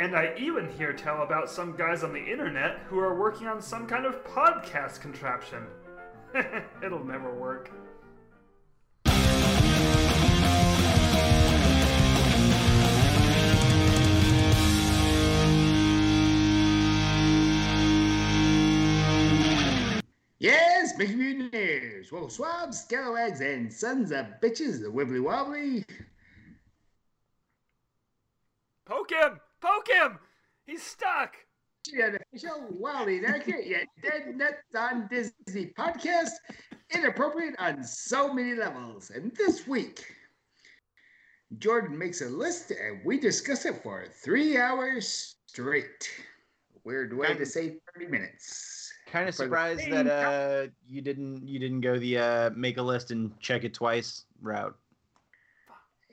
And I even hear tell about some guys on the internet who are working on some kind of podcast contraption. It'll never work. Yes, big mutineers! Well, swabs, scalawags, and sons of bitches, the wibbly wobbly. Poke him! Poke him! He's stuck! An official wildly inaccurate yet dead nuts on Disney podcast, inappropriate on so many levels. And this week, Jordan makes a list and we discuss it for three hours straight. Weird way to say 30 minutes. Kind of For the surprised same that uh, you didn't you didn't go the uh, make a list and check it twice route.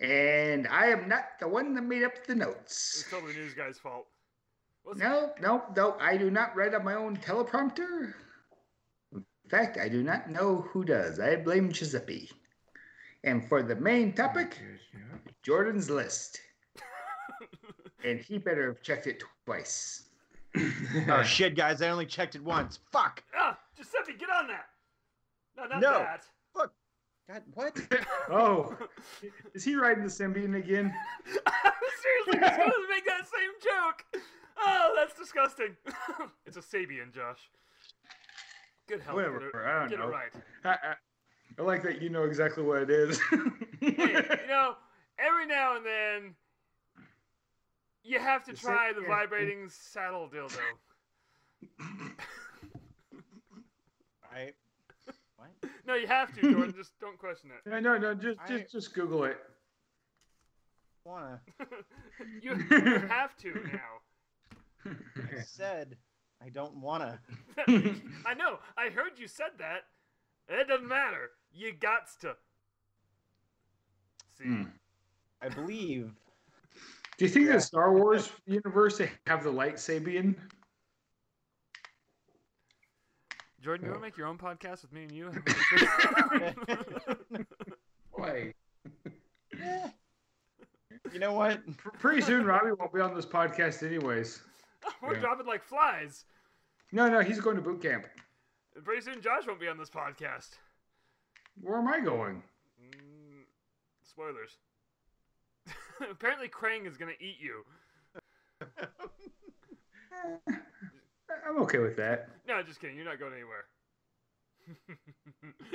And I am not the one that made up the notes. It's totally news guy's fault. Was No, no, no. I do not write on my own teleprompter. In fact, I do not know who does. I blame Giuseppe. And for the main topic, Jordan's list. and he better have checked it twice. Uh, oh shit, guys! I only checked it once. Fuck. Ah, Giuseppe, get on that! No, not No. that. God, what? Oh, is he riding the Symbian again? Seriously, I was going to make that same joke. Oh, that's disgusting. it's a Sabian, Josh. Good help. Whatever, Get it, I don't get it know. right. I, I, I like that you know exactly what it is. Hey, you know, every now and then, you have to Just try sit the there. vibrating saddle dildo. I, what? No, you have to, Jordan. Just don't question it. no, no, no, just, just- just Google it. Wanna? you, you have to now. I said I don't wanna. I know. I heard you said that. It doesn't matter. You got to. See, Hmm. I believe. Do you think Yeah. the Star Wars universe they have the light Sabian? Jordan, you want to make your own podcast with me and you? Why? Eh. You know what? Pretty soon, Robbie won't be on this podcast, anyways. We're Yeah. dropping like flies. No, no, he's going to boot camp. And Pretty soon, Josh won't be on this podcast. Where am I going? Mm, spoilers. Apparently, Krang is gonna eat you. I- I'm okay with that. No, just kidding. You're not going anywhere.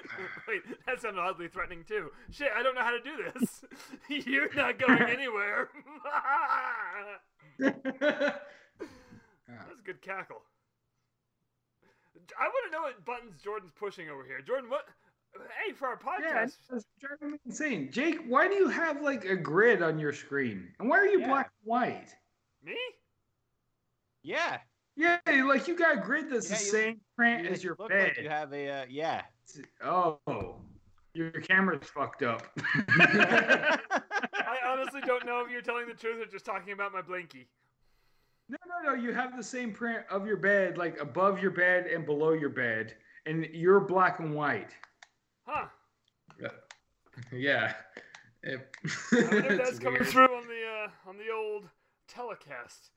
Wait, that sounded oddly threatening too. Shit, I don't know how to do this. You're not going anywhere. That's a good cackle. I want to know what buttons Jordan's pushing over here. Jordan, what? Hey, for our yeah, podcast. that's driving me insane. Jake, why do you have like a grid on your screen? And why are you Yeah. black and white? Me? Yeah. Yeah, like you got a grid that's Yeah, the you- same print you as your look bed. like you have a uh, yeah. Oh, your camera's fucked up. I honestly don't know if you're telling the truth or just talking about my blankie. No, no, no. You have the same print of your bed, like above your bed and below your bed, and you're black and white. Huh? Yeah. It- I wonder if it's that's coming weird. through on the uh, on the old telecast.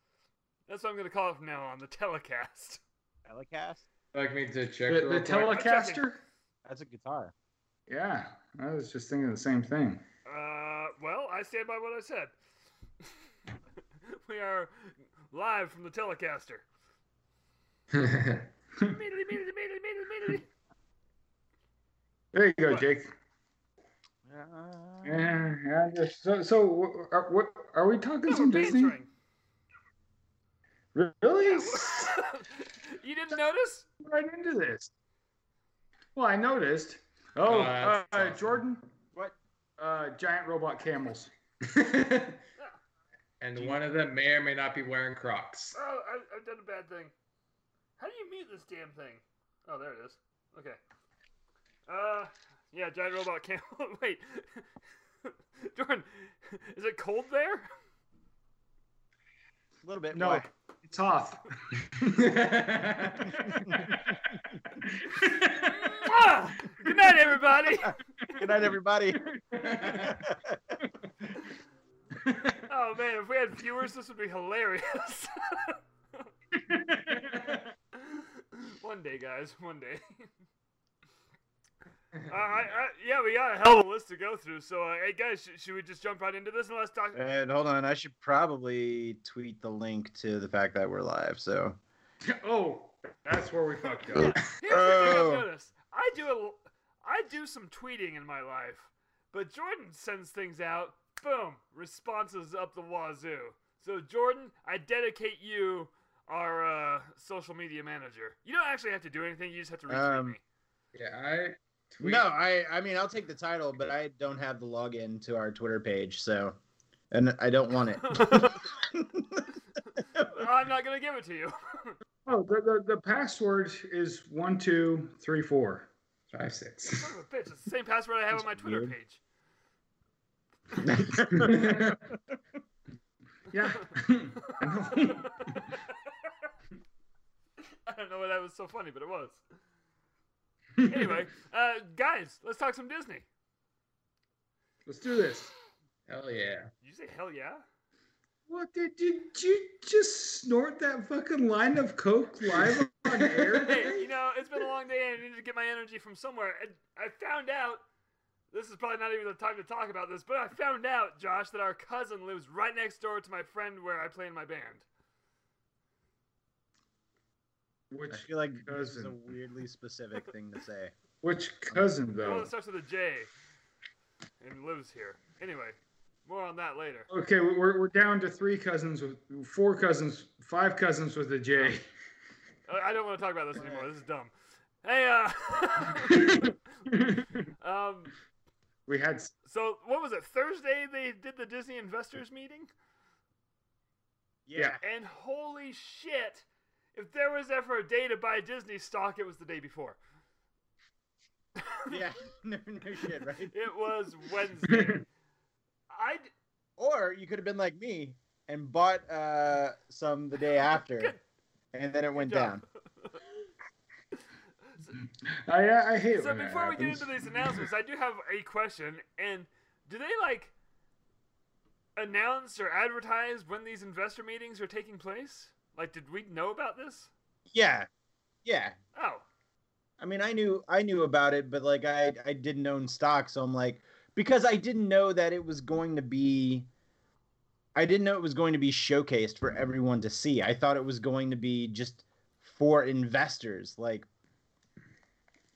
That's what I'm gonna call it from now on, the telecast. Telecast. Like me to check The, the real quick? Telecaster. That's a guitar. Yeah, I was just thinking the same thing. Uh, well, I stand by what I said. we are live from the telecaster. Immediately, immediately, immediately, immediately, There you go, What? Jake. Uh, Yeah, yeah, just, so, so w- are, what, are we talking some Disney? immediately. Really? you didn't notice? right into this. Well, I noticed. Oh, Oh, that's uh, awesome. Jordan. What? Uh, giant robot camels. and one of them may or may not be wearing Crocs. Oh, I, I've done a bad thing. How do you mute this damn thing? Oh, there it is. Okay. Uh, yeah, giant robot cam. Wait, Jordan, is it cold there? a little bit No, more. it's off. ah! Good night, everybody. Good night, everybody. Oh Oh man, if we had viewers, this would be hilarious. one day, guys, one day. Uh, I, I, yeah, we got a hell of a list to go through. So, uh, hey guys, sh- should we just jump right into this and let's talk? And hold on, I should probably tweet the link to the fact that we're live. So oh, that's where we fucked Yeah. up. Here's the thing Oh. I've noticed. I do a l I do some tweeting in my life, but Jordan sends things out. Boom, responses up the wazoo. So Jordan, I dedicate you our uh, social media manager. You don't actually have to do anything. You just have to retweet Um, me. Yeah, I tweet. no, I I mean I'll take the title, but I don't have the login to our Twitter page, so and I don't want it. I'm not gonna give it to you. Oh, the, the, the password is one two three four. five six. Son of a bitch! It's the same password I have on my That's Twitter weird. page. Yeah. I don't know why that was so funny, but it was. Anyway, uh, guys, let's talk some Disney. Let's do this. Hell yeah. You say hell yeah? What did you, did you just snort that fucking line of coke live on air? Hey, you know, it's been a long day and I need to get my energy from somewhere. And I found out, this is probably not even the time to talk about this, but I found out, Josh, that our cousin lives right next door to my friend where I play in my band. Which I feel like this is a Cousin. weirdly specific thing to say. which cousin The one though? that starts with a J and lives here. Anyway, more on that later. Okay, we're, we're down to three cousins with four cousins, five cousins with a J. I- I don't want to talk about this anymore. This is dumb. Hey, uh, um, We had so what was it? Thursday they did the Disney investors meeting? Yeah. And holy shit, if there was ever a day to buy Disney stock, it was the day before. Yeah. no, no shit, right? It was Wednesday. I d- Or you could have been like me and bought uh, some the day after, Good- and then it went job. down. I I hate. so when that before we get happens. into these announcements, I do have a question. And do they like announce or advertise when these investor meetings are taking place? Like, did we know about this? Yeah, yeah. Oh, I mean, I knew I knew about it, but like I I didn't own stock, so I'm like because I didn't know that it was going to be I didn't know it was going to be showcased for everyone to see. I thought it was going to be just for investors. Like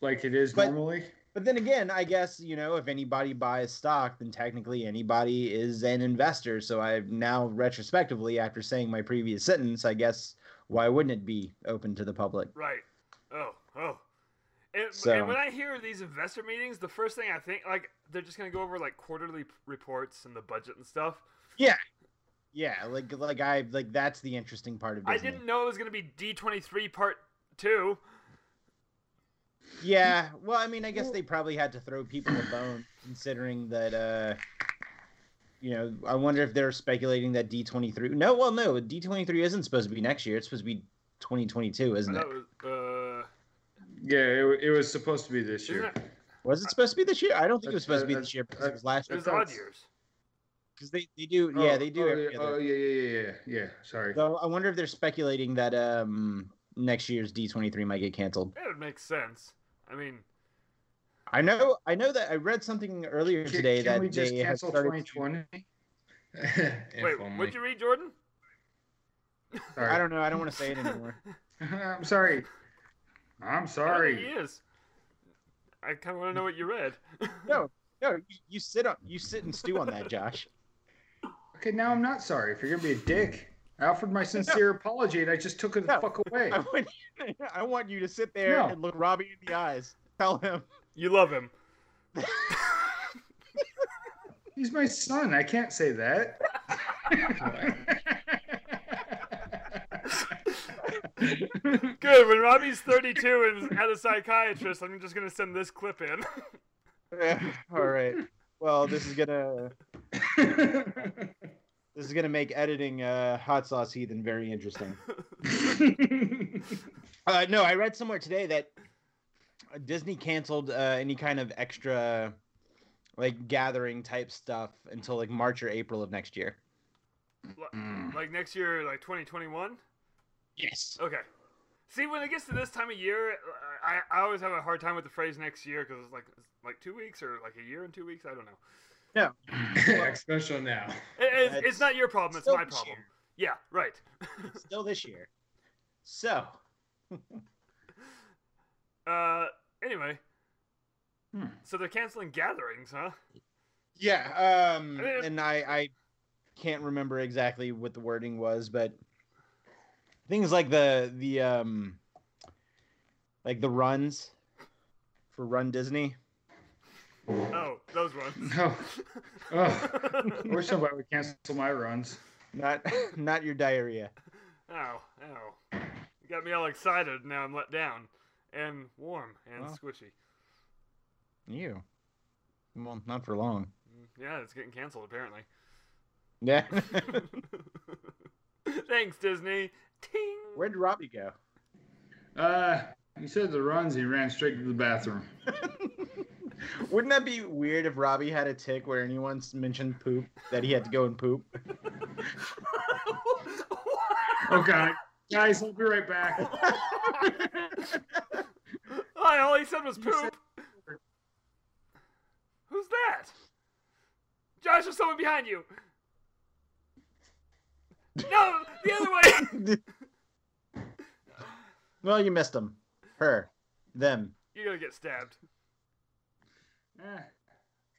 like it is But- normally. but then again, I guess, you know, if anybody buys stock, then technically anybody is an investor. So I've now retrospectively after saying my previous sentence, I guess why wouldn't it be open to the public? Right. Oh, oh. And, So- and when I hear these investor meetings, the first thing I think, like, they're just going to go over, like, quarterly p- reports and the budget and stuff. Yeah, like like I like that's the interesting part of I Disney. didn't know it was going to be D23 part two. Yeah, well, I mean, I guess they probably had to throw people a bone, considering that. uh You know, I wonder if they're speculating that D twenty three. No, well, no, D twenty three isn't supposed to be next year. It's supposed to be twenty twenty two, I isn't it? thought it was, Yeah, it, it was supposed to be this uh, isn't year. it, Was it supposed to be this year? I don't think it was That's- supposed to be uh, this year because uh, it was last it year. was odd years. Because they, they do, Oh, yeah, they do Oh, every yeah, other. oh, yeah, yeah, yeah, yeah, yeah. Sorry. So I wonder if they're speculating that um next year's D twenty three might get canceled. It would make sense. I mean, I know, I know that I read something earlier Can- today can that we just they have cancel started. 2020? wait, Informally. what'd you read, Jordan? Sorry. I don't know. I don't want to say it anymore. I'm sorry. I'm He sorry. is. I kind of want to know what you read. No, no, you, you sit on you sit and stew on that, Josh. Okay, now I'm not sorry. If you're gonna be a dick, I offered my sincere apology and I just took it the No. fuck away. I want, I want you to sit there No. and look Robbie in the eyes. Tell him. You love him. He's my son. I can't say that. Good. When Robbie's 32 and is at a psychiatrist, I'm just going to send this clip in. All right. Well, this is gonna this is gonna make editing uh, hot sauce heathen very interesting. Uh, no, I read somewhere today that Disney canceled uh, any kind of extra like gathering type stuff until like March or April of next year. Hmm. Mm. Like next year, like 2021? Yes. Okay. See, when it gets to this time of year, I, I always have a hard time with the phrase next year because it's like it's like two weeks or like a year and two weeks. I don't know. Act special now. It- it's, it's That's- not your problem. It's Still my this problem. year. Yeah, right. Still this year. So Uh, anyway. Hmm. So they're canceling gatherings, huh? yeah, um, I mean- and I I can't remember exactly what the wording was, but things like the the um like the runs for Run Disney. Oh, those ones. No. Oh, I wish somebody would cancel my runs. Not not your diarrhea. Ow, ow. You got me all excited. Now I'm let down and warm and Well. squishy. You. Well, not for long. Mm, Yeah, it's getting canceled apparently. Yeah. Thanks, Disney. Ting. Where did Robbie go? Uh, he said the runs. He ran straight to the bathroom. Wouldn't that be weird if Robbie had a tick where anyone mentioned poop that he had to go and poop? Oh God, guys, I'll be right back. Why, all he said was You said- poop. Who's that? Josh, there's someone behind you. No, the other way. well, you missed him. Her. Them. You're gonna get stabbed. Eh,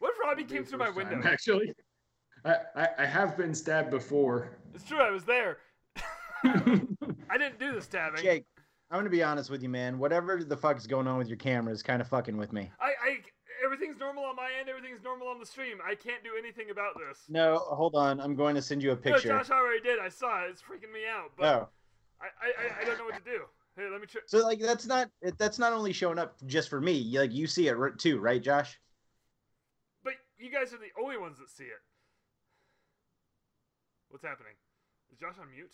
What if Robbie won't be came the through my first time, window? actually, I, I I have been stabbed before. It's true, I was there. I didn't do the stabbing. Jake, I'm going to be honest with you, man. Whatever the fuck's going on with your camera is kind of fucking with me. I, I, everything's normal on my end. Everything's normal on the stream. I can't do anything about this. No, hold on. I'm going to send you a No, picture. Josh already did. I saw it. It's freaking me out. But Oh. I, I, I, I don't know what to do. Here, let me. Tr- So like that's not that's not only showing up just for me. You- Like you see it r- too, right, Josh? but you guys are the only ones that see it. What's happening? Is Josh on mute?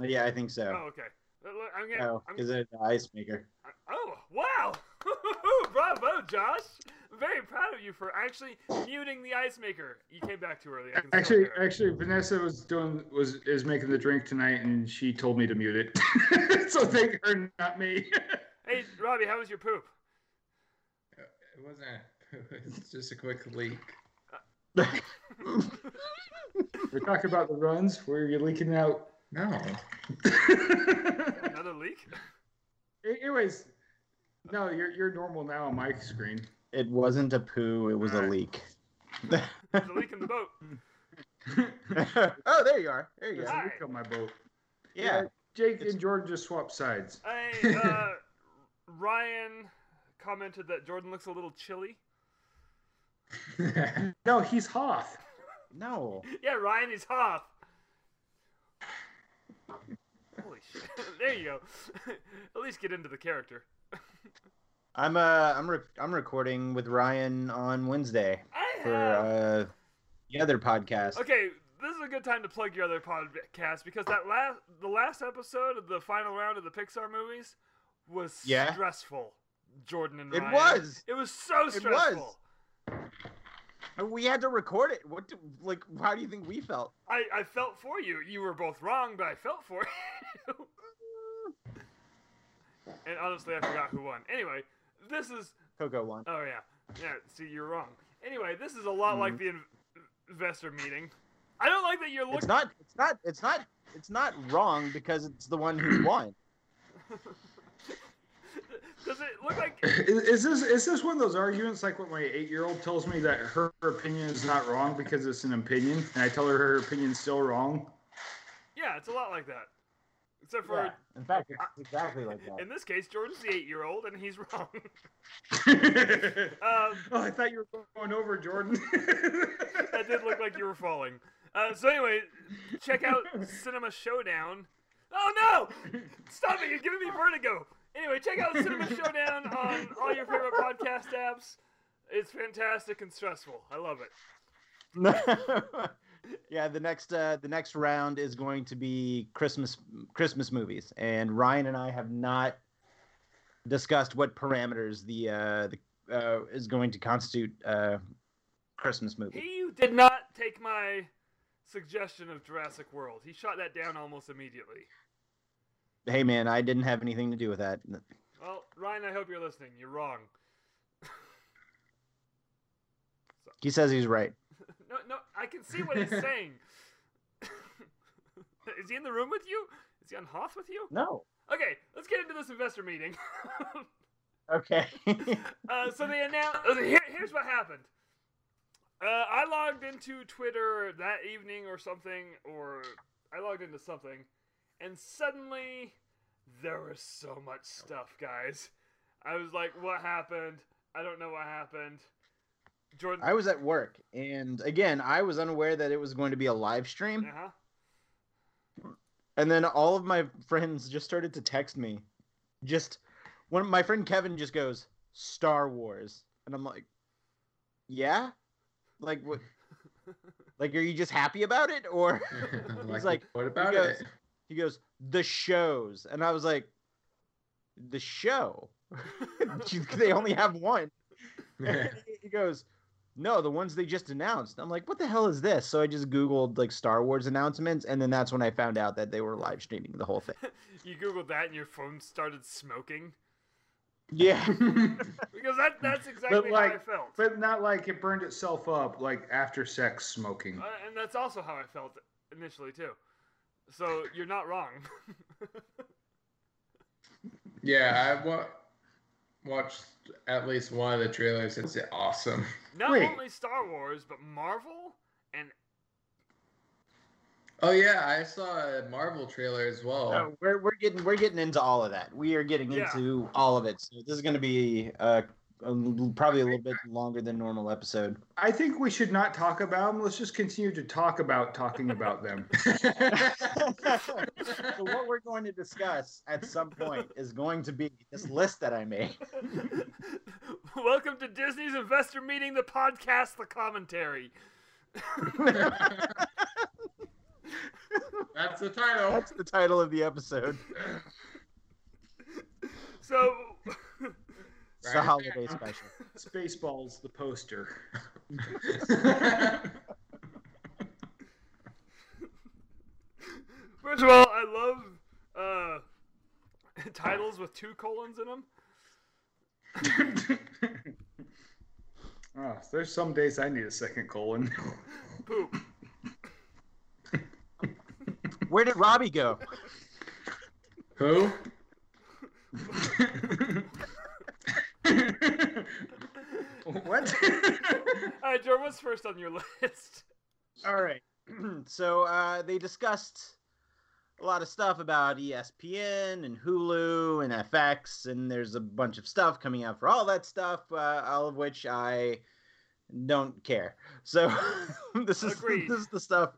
Uh, Yeah, I think so. Oh, okay. Look, look, I'm gonna. Oh, I'm, because it's an ice maker. I- oh, wow! Bravo, Josh! I'm very proud of you for actually muting the ice maker. You came back too early. I can still Actually, hear it. actually, Vanessa was doing was is making the drink tonight, and she told me to mute it. so thank her, not me. Hey, Robbie, how was your poop? It wasn't. It's just a quick leak. We're talking about the runs where you're leaking out. No. Another leak? Anyways, no, you're you're normal now on my screen. It wasn't a poo. It was a Alright. leak. There's a leak in the boat. oh, there you are. There you There's go. a Hi. leak on my boat. Yeah. Jake It's- and Jordan just swapped sides. Hey, uh, Ryan commented that Jordan looks a little chilly. No, he's Hoff. No. Yeah, Ryan is Hoff. Holy shit! there you go. At least get into the character. I'm uh I'm rec I'm recording with Ryan on Wednesday I for have. uh the other podcast. Okay, this is a good time to plug your other podcast because that last the last episode of the final round of the Pixar movies was Yeah. stressful. Jordan and It Ryan. was. It was so was. stressful. We had to record it. What do, like how do you think we felt? I, I felt for you. You were both wrong, but I felt for you. and honestly, I forgot who won. Anyway, this is. Coco won. Oh, yeah. Yeah, see, you're wrong. Anyway, this is a Mm-hmm. lot like the in- investor meeting. I don't like that you're It's looking. not it's not it's not it's not wrong because it's the one who won. Does it look like. Is, is this is this one of those arguments like what my eight year old tells me that her opinion is not wrong because it's an opinion, and I tell her her opinion's still wrong? Yeah, it's a lot like that. Except for. Yeah. In fact, it's exactly like that. In this case, Jordan's the eight year old, and he's wrong. oh, um, I thought you were going over Jordan. that did look like you were falling. Uh, so anyway, check out Cinema Showdown. Oh no! Stop it! You're giving me vertigo. Anyway, check out Cinema Showdown on all your favorite podcast apps. It's fantastic and stressful. I love it. yeah, the next uh, the next round is going to be Christmas Christmas movies, and Ryan and I have not discussed what parameters the uh, the uh, is going to constitute uh, Christmas movie. He did not take my suggestion of Jurassic World. He shot that down almost immediately. Hey man, I didn't have anything to do with that. Well, Ryan, I hope you're listening. You're wrong. He says he's right. No, no, I can see what he's saying. Is he in the room with you? Is he on Hoth with you? No. Okay, let's get into this investor meeting. Okay. uh, so they announced. Here, here's what happened. Uh, I logged into Twitter that evening or something, or I logged into something, and suddenly there was so much stuff, guys. I was like, "What happened? I don't know what happened." Jordan, I was at work and again, I was unaware that it was going to be a live stream. uh-huh. And then all of my friends just started to text me. Just when my friend Kevin just goes, Star Wars. And I'm like, yeah? Like, what? like, are you just happy about it? Or Like, like, what about goes- it? he goes, the shows. And I was like, the show? they only have one. he goes, no, the ones they just announced. I'm like, what the hell is this? So I just Googled like Star Wars announcements. And then that's when I found out that they were live streaming the whole thing. you googled that and your phone started smoking Yeah. because that that's exactly how I like, felt, But not like it burned itself up like after sex smoking. uh, and that's also how I felt initially too. So you're not wrong. yeah, I wa- watched at least one of the trailers. It's awesome. Not Wait. only Star Wars, but Marvel and Oh yeah, I saw a Marvel trailer as well. No, we're, we're getting we're getting into all of that. We are getting Yeah. into all of it. So this is going to be uh, a l- probably a little bit longer than normal episode. I think we should not talk about them. Let's just continue to talk about talking about them. so what we're going to discuss at some point is going to be this list that I made. Welcome to Disney's Investor Meeting, the podcast, the commentary. That's the title. That's the title of the episode. So, It's the Right. holiday special. Spaceballs, the poster. first of all, I love uh, titles with two colons in them. Oh, there's some days I need a second colon. Poop. Where did Robbie go? Who? What? All right, Jordan, what's first on your list? All right. so uh, they discussed a lot of stuff about E ESPN and Hulu and FX, and there's a bunch of stuff coming out for all that stuff, uh, all of which I don't care. So this is Agreed. this is the stuff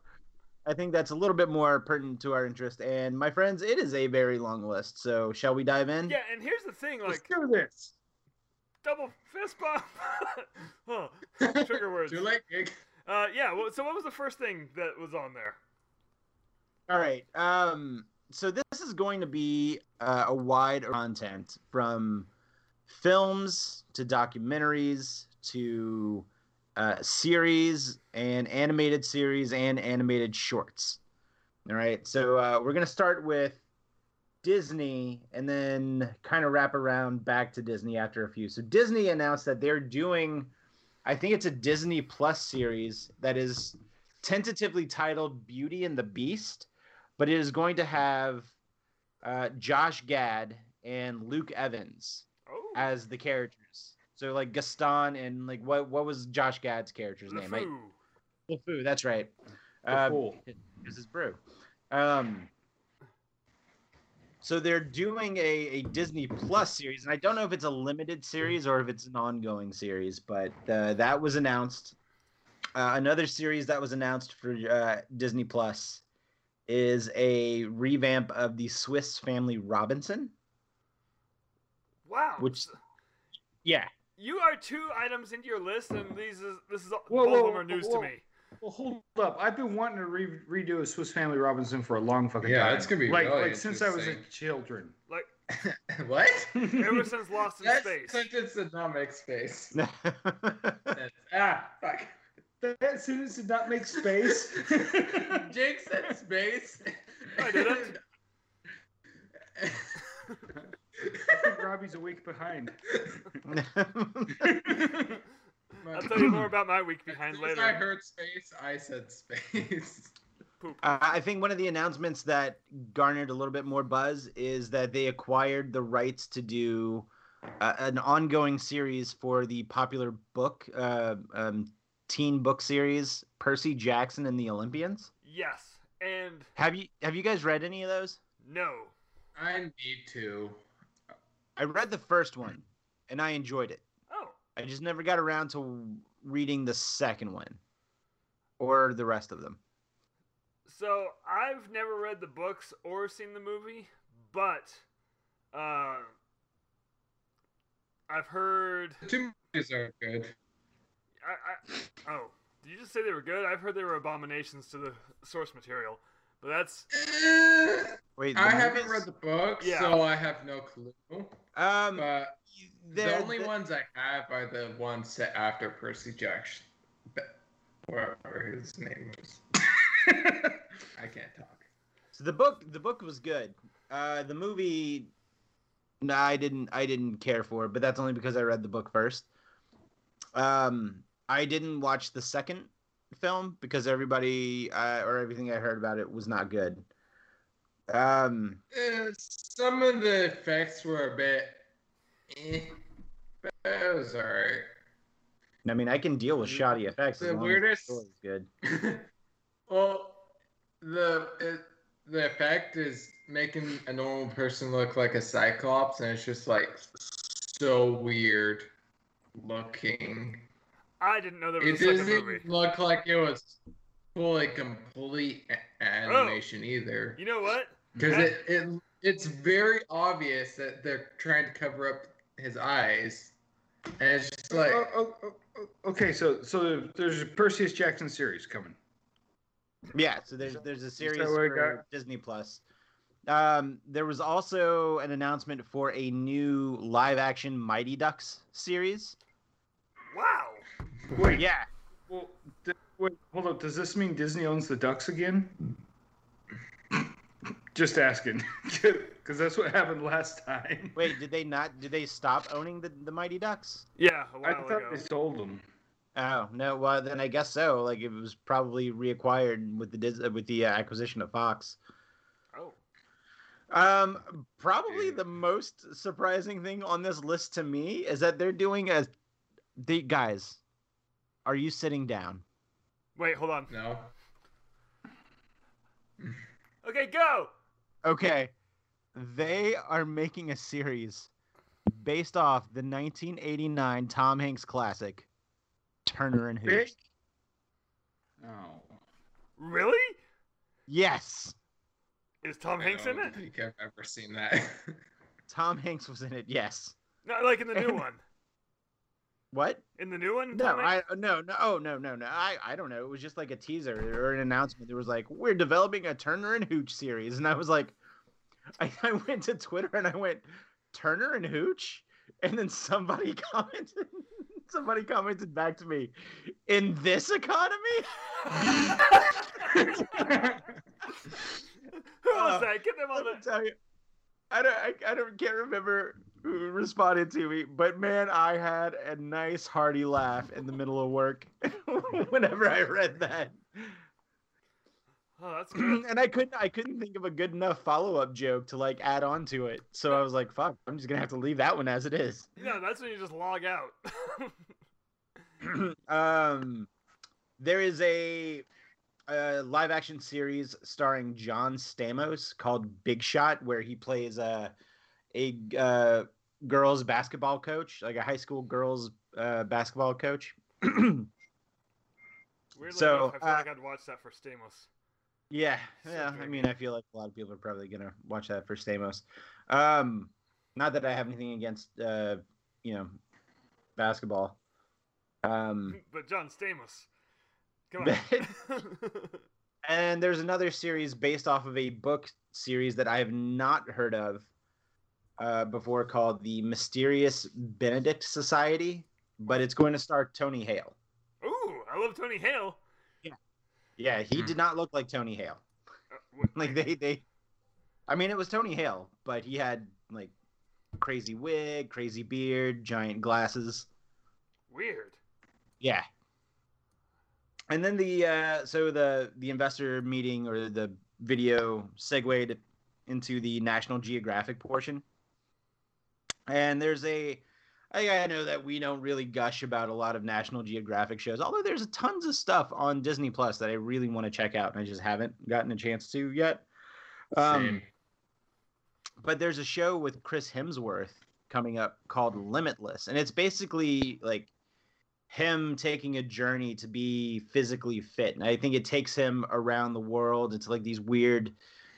I think that's a little bit more pertinent to our interest. And my friends, it is a very long list. So shall we dive in? Yeah, and here's the thing, Let's like do this. double fist bump. oh, trigger words. Too late, Nick. Uh, yeah. Well, so, what was the first thing that was on there? All right. Um, so this is going to be uh, a wide content from films to documentaries to uh, series and animated series and animated shorts. All right. So uh, we're going to start with Disney and then kind of wrap around back to Disney after a few. So Disney announced that they're doing, I think it's a Disney Plus series that is tentatively titled Beauty and the Beast, but it is going to have uh, Josh Gad and Luke Evans Oh, as the characters. So like Gaston and like what what was Josh Gad's character's name? Like, LeFou. LeFou, that's right. The Um, Uh, fool. this is brew. Um, so they're doing a, a Disney Plus series, and I don't know if it's a limited series or if it's an ongoing series, but uh, that was announced. Uh, another series that was announced for uh, Disney Plus is a revamp of the Swiss Family Robinson. Wow. Which- Yeah, You are two items into your list, and these is this is Whoa, both whoa, of them whoa, are news whoa. to me. Well, hold up. I've been wanting to re- redo a Swiss Family Robinson for a long fucking Yeah, time. that's gonna be like really like since I was a interesting. children. Like what? ever since Lost in That Space. sentence did not make space. I That's- ah, fuck. That sentence did not make space. Jake said space. I did it. I think Robbie's a week behind. I'll tell you more about my week behind As soon as I later. heard space, I said space. Uh, I think one of the announcements that garnered a little bit more buzz is that they acquired the rights to do uh, an ongoing series for the popular book, uh, um, teen book series, Percy Jackson and the Olympians. Yes, and Have you have you guys read any of those? no. I need to. I read the first one, and I enjoyed it. Oh, I just never got around to reading the second one, or the rest of them. so I've never read the books or seen the movie, but uh, I've heard. The two movies are good. I, I, oh, did you just say they were good? I've heard they were abominations to the source material, but that's Wait, I haven't read the book, Yeah. so I have no clue. the um. But the they're- only ones I have are the ones set after Percy Jackson, whatever his name was. I can't talk. So the book the book was good. Uh, the movie, no, I didn't I didn't care for, it, but that's only because I read the book first. Um, I didn't watch the second film because everybody uh, or everything I heard about it was not good. Um, Uh, some of the effects were a bit, eh, but it was alright. I mean, I can deal with shoddy effects. as The long as weirdest- story's good. well, the it, the effect is making a normal person look like a cyclops, and it's just like so weird looking. I didn't know there It was a second doesn't movie. look like it was fully complete a- animation either, Oh. You know what? because that- it, it it's very obvious that they're trying to cover up his eyes, and it's just like Oh, oh, oh, oh, okay, so so there's a Perseus Jackson series coming. Yeah, so there's there's a series what we for Disney Plus. Um, there was also an announcement for a new live action Mighty Ducks series. Wow. Wait, Yeah, Well, th- wait, hold up. Does this mean Disney owns the Ducks again? Just asking, because that's what happened last time. Wait, did they not? Did they stop owning the, the Mighty Ducks? Yeah, a I while thought ago. they sold them. Oh no! Well, then I guess so. Like it was probably reacquired with the Dis- uh, with the uh, acquisition of Fox. Oh. Um, probably Dude. the most surprising thing on this list to me is that they're doing a. The guys, are you sitting down? Wait, hold on. no. Okay, go. Okay, they are making a series based off the 1989 Tom Hanks classic, Turner and Bitch. Hooch. Oh, Really? Yes, Is Tom Hanks in I it? don't think I've ever seen that. Tom Hanks was in it. Yes. Not like in the new one. What? In the new one? No, Tom Hanks- I no no oh no no no I I don't know. It was just like a teaser or an announcement. There was like we're developing a Turner and Hooch series, and I was like, I, I went to Twitter and I went Turner and Hooch, and then somebody commented, somebody commented back to me, in this economy, Who was uh, that? Get them on let me the. tell you, I don't I, I don't can't remember who responded to me, but man, I had a nice hearty laugh in the middle of work whenever I read that. Oh, that's good. and I couldn't I couldn't think of a good enough follow up joke to like add on to it. So I was like, fuck, I'm just gonna have to leave that one as it is. no, that's when you just log out. um there is a a live action series starring John Stamos called Big Shot, where he plays a a uh, girls basketball coach, like a high school girls uh, basketball coach. Weirdly So, enough, I feel uh, like I'd watch that for Stamos. Yeah, So yeah. I very mean, I feel like a lot of people are probably gonna watch that for Stamos. Um, not that I have anything against, uh, you know, basketball. Um, But John Stamos. Come on. and there's another series based off of a book series that I have not heard of uh, before called the Mysterious Benedict Society, but it's going to star Tony Hale. Ooh, I love Tony Hale. Yeah, he Hmm. did not look like Tony Hale. Uh, wh- Like they they I mean it was Tony Hale, but he had like crazy wig, crazy beard, giant glasses. Weird. Yeah. And then the uh so the the investor meeting or the video segued into the National Geographic portion. And there's a I I know that we don't really gush about a lot of National Geographic shows, although there's tons of stuff on Disney Plus that I really want to check out and I just haven't gotten a chance to yet. Um, Same. but there's a show with Chris Hemsworth coming up called Limitless, and it's basically like him taking a journey to be physically fit. And I think it takes him around the world into like these weird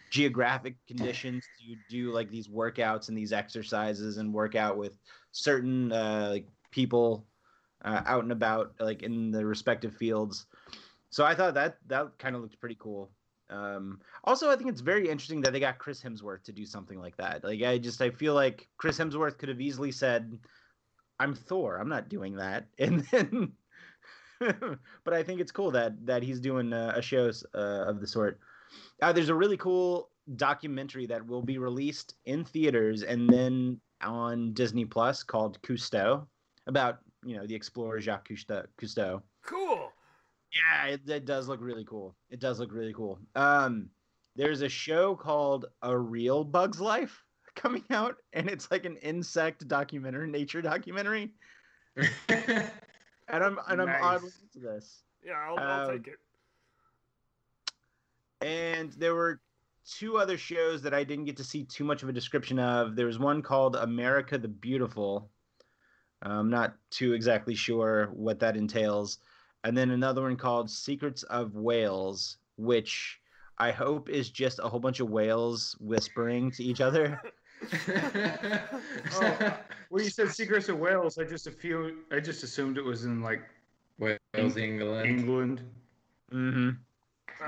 geographic conditions to do like these workouts and these exercises and work out with certain uh, like people uh, out and about like in the respective fields. So I thought that that kind of looked pretty cool. Um, also, I think it's very interesting that they got Chris Hemsworth to do something like that. Like, I just I feel like Chris Hemsworth could have easily said, "I'm Thor. I'm not doing that." And then, but I think it's cool that that he's doing uh, a show uh, of the sort. Uh, there's a really cool documentary that will be released in theaters and then on Disney Plus called Cousteau about you know the explorer Jacques Cousteau. Cousteau. Cool. Yeah, it, it does look really cool. It does look really cool. Um, there's a show called A Real Bug's Life coming out, and it's like an insect documentary, nature documentary. And I'm and I'm Nice. oddly into this. Yeah, I'll, I'll Um, take it. And there were two other shows that I didn't get to see too much of a description of. There was one called America the Beautiful. I'm not too exactly sure what that entails. And then another one called Secrets of Whales, which I hope is just a whole bunch of whales whispering to each other. oh, Oh. When you said Secrets of Wales, I just a few, I just assumed it was in like Wales, England. England. hmm Um,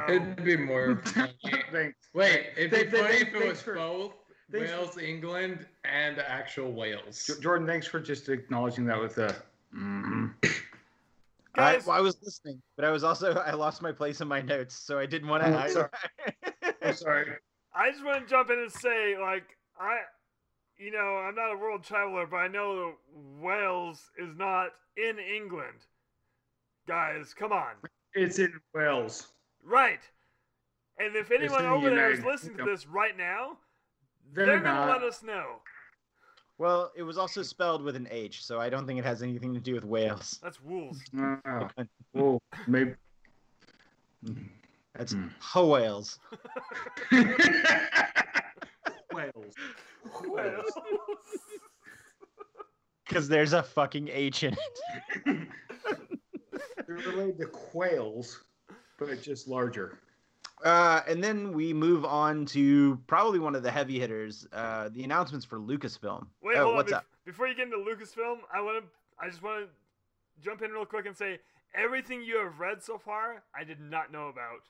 It'd be more. Thanks. Wait, it'd be Thank- thank- funny if it thanks was for- both thanks for- Wales, England, and actual Wales. J- Jordan, thanks for just acknowledging that with the. mm I, Guys. well, I was listening, but I was also I lost my place in my notes, so I didn't want Oh, to. sorry. I'm sorry. I just want to jump in and say, like, I, you know, I'm not a world traveler, but I know that Wales is not in England. Guys, come on. It's in Wales. Right. And if anyone in the over there is United listening to Kingdom. this right now, They're, they're going to not. let us know. well, it was also spelled with an H, so I don't think it has anything to do with whales. That's wolves. Ah, well, maybe. That's Hmm. ho whales. Wales. Wales. Because there's a fucking H in it. They're related to quails, but just larger. Uh, and then we move on to probably one of the heavy hitters, uh, the announcements for Lucasfilm. Wait, Uh, oh, hold on. what's Bef- up? Before you get into Lucasfilm, I want to. I just want to jump in real quick and say everything you have read so far, I did not know about.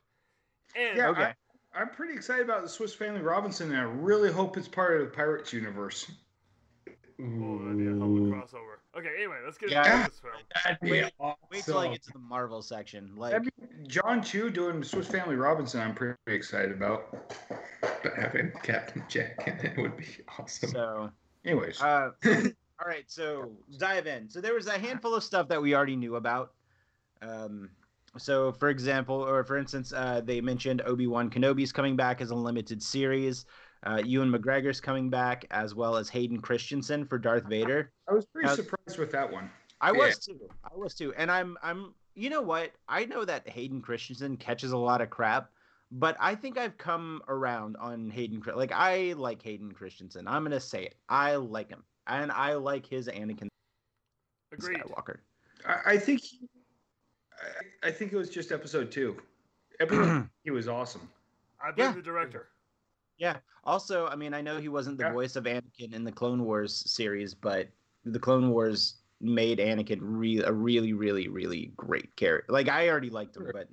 And Yeah, okay. I'm pretty excited about the Swiss Family Robinson, and I really hope it's part of the Pirates universe. Oh, Mm. that'd be a hell of a crossover. Okay, anyway, let's get into Yeah. Lucasfilm. That'd be Wait- awesome. Wait till I get to the Marvel section. Like, That'd John Chu doing Swiss Family Robinson, I'm pretty excited about. But having Captain Jack in it would be awesome. so. Anyways, Uh, all right, so dive in. So there was a handful of stuff that we already knew about. Um, so, for example, or for instance, uh, they mentioned Obi Wan Kenobi's coming back as a limited series. Uh, Ewan McGregor's coming back, as well as Hayden Christensen for Darth Vader. I was pretty uh, surprised with that one. I Yeah. was too. I was too. And I'm I'm you know what? I know that Hayden Christensen catches a lot of crap, but I think I've come around on Hayden Chri- like I like Hayden Christensen. I'm going to say it. I like him. And I like his Anakin Agreed. Skywalker. I, I think, he- I, I think it was just episode two. Episode he was awesome. I blame Yeah. the director. Also, I mean, I know he wasn't the Yeah. voice of Anakin in the Clone Wars series, but the Clone Wars made Anakin re- a really really really great character. Like I already liked him, Sure. but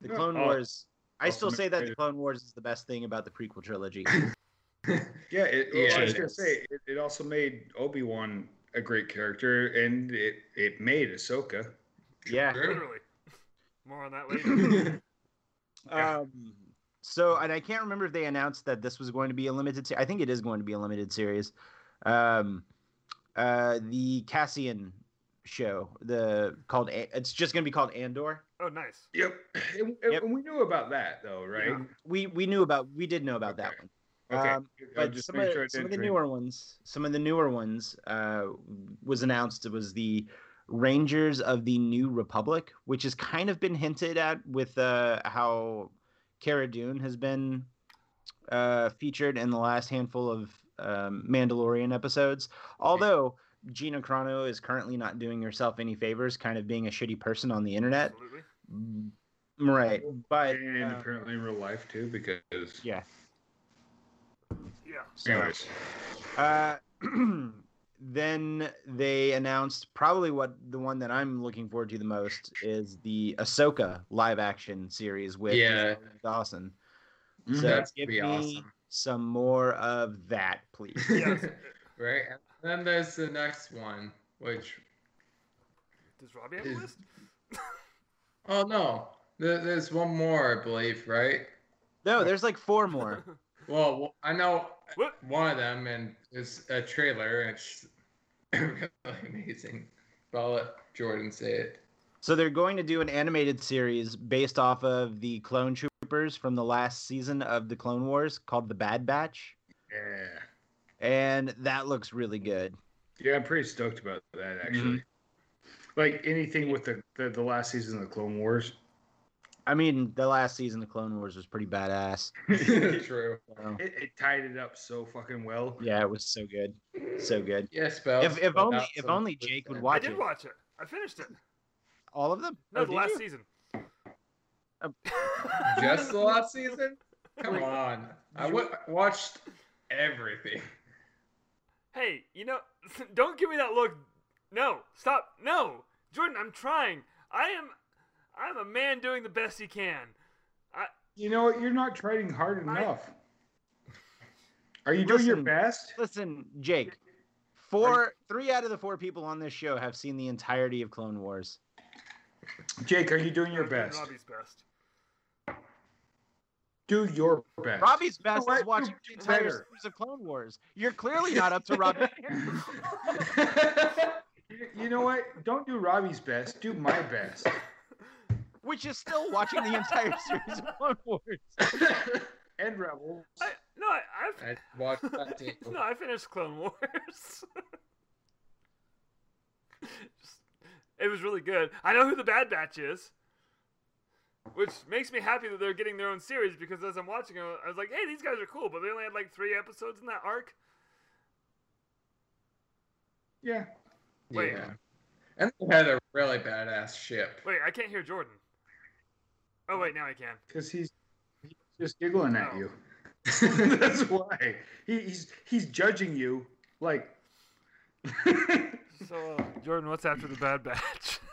the Yeah. Clone Oh, Wars I still awesome say that the creator. Clone Wars is the best thing about the prequel trilogy. Yeah, it, Yeah, I was it gonna is. say it, it also made Obi Wan a great character, and it it made Ahsoka. yeah. Sure. Literally. More on that later. Yeah. Um, so, and I can't remember if they announced that this was going to be a limited. Se- I think it is going to be a limited series. Um, uh, the Cassian show, the called A- it's just going to be called Andor. oh, nice. Yep. And, and Yep. we knew about that though, right? We we knew about we did know about that Okay. one. Okay. Um, I'll but some of, I some of the didn't newer ones, some of the newer ones, uh, was announced. It was the Rangers of the New Republic, which has kind of been hinted at with uh, how Cara Dune has been uh, featured in the last handful of um, Mandalorian episodes. Although Gina Carano is currently not doing herself any favors, kind of being a shitty person on the internet. Mm, Absolutely. Right, but drink. and uh, apparently in real life too, because yeah. Yeah. So- anyways. Uh, then they announced probably what the one that I'm looking forward to the most is the Ahsoka live action series with Yeah. Dawson. Mhm. So That'd give be me awesome. some more of that, please. Yes. right? And then there's the next one, which Does Robbie have a Is- list? oh no, there, there's one more, I believe, right? No, there's like four more. Well, I know What? one of them, and it's a trailer, and it's really amazing. But I'll let Jordan say it. So they're going to do an animated series based off of the clone troopers from the last season of the Clone Wars called The Bad Batch. Yeah. And that looks really good. Yeah, I'm pretty stoked about that actually. Mm-hmm. Like anything with the, the the last season of the Clone Wars. I mean, the last season of Clone Wars was pretty badass. it, True. so- it tied it up so fucking well. Yeah, it was so good, so good. Yes, Bell. If- if only- if only Jake would I watch did it. watch it. I finished it. All of them? No, Oh, the did last you? season. Oh. Just the last season? Come on. I wa- watched everything. Hey, you know, don't give me that look. No, stop. No, Jordan, I'm trying. I am, I'm a man doing the best he can. You know what? You're not trying hard I- enough. Are you doing your Listen. best? Listen, Jake, four, three out of the four people on this show have seen the entirety of Clone Wars. Jake, are you doing your I'm doing best? Robbie's best. Do your best. Robbie's best what? is watching the You're entire better. series of Clone Wars. You're clearly not up to Robbie. You know what? Don't do Robbie's best. Do my best. which is still watching the entire series of Clone Wars. and Rebels. I, no, I, I've, I watched that tape. no, I finished Clone Wars. Just- it was really good. I know who the Bad Batch is, which makes me happy that they're getting their own series because as I'm watching it, I was like, hey, these guys are cool, but they only had like three episodes in that arc. Yeah. Wait. Yeah. And they had a really badass ship. Wait, I can't hear Jordan. Oh, wait, now I can. Because he's, he's just giggling at Oh. you. That's why. He, he's he's judging you like So, uh, Jordan, what's after the Bad Batch?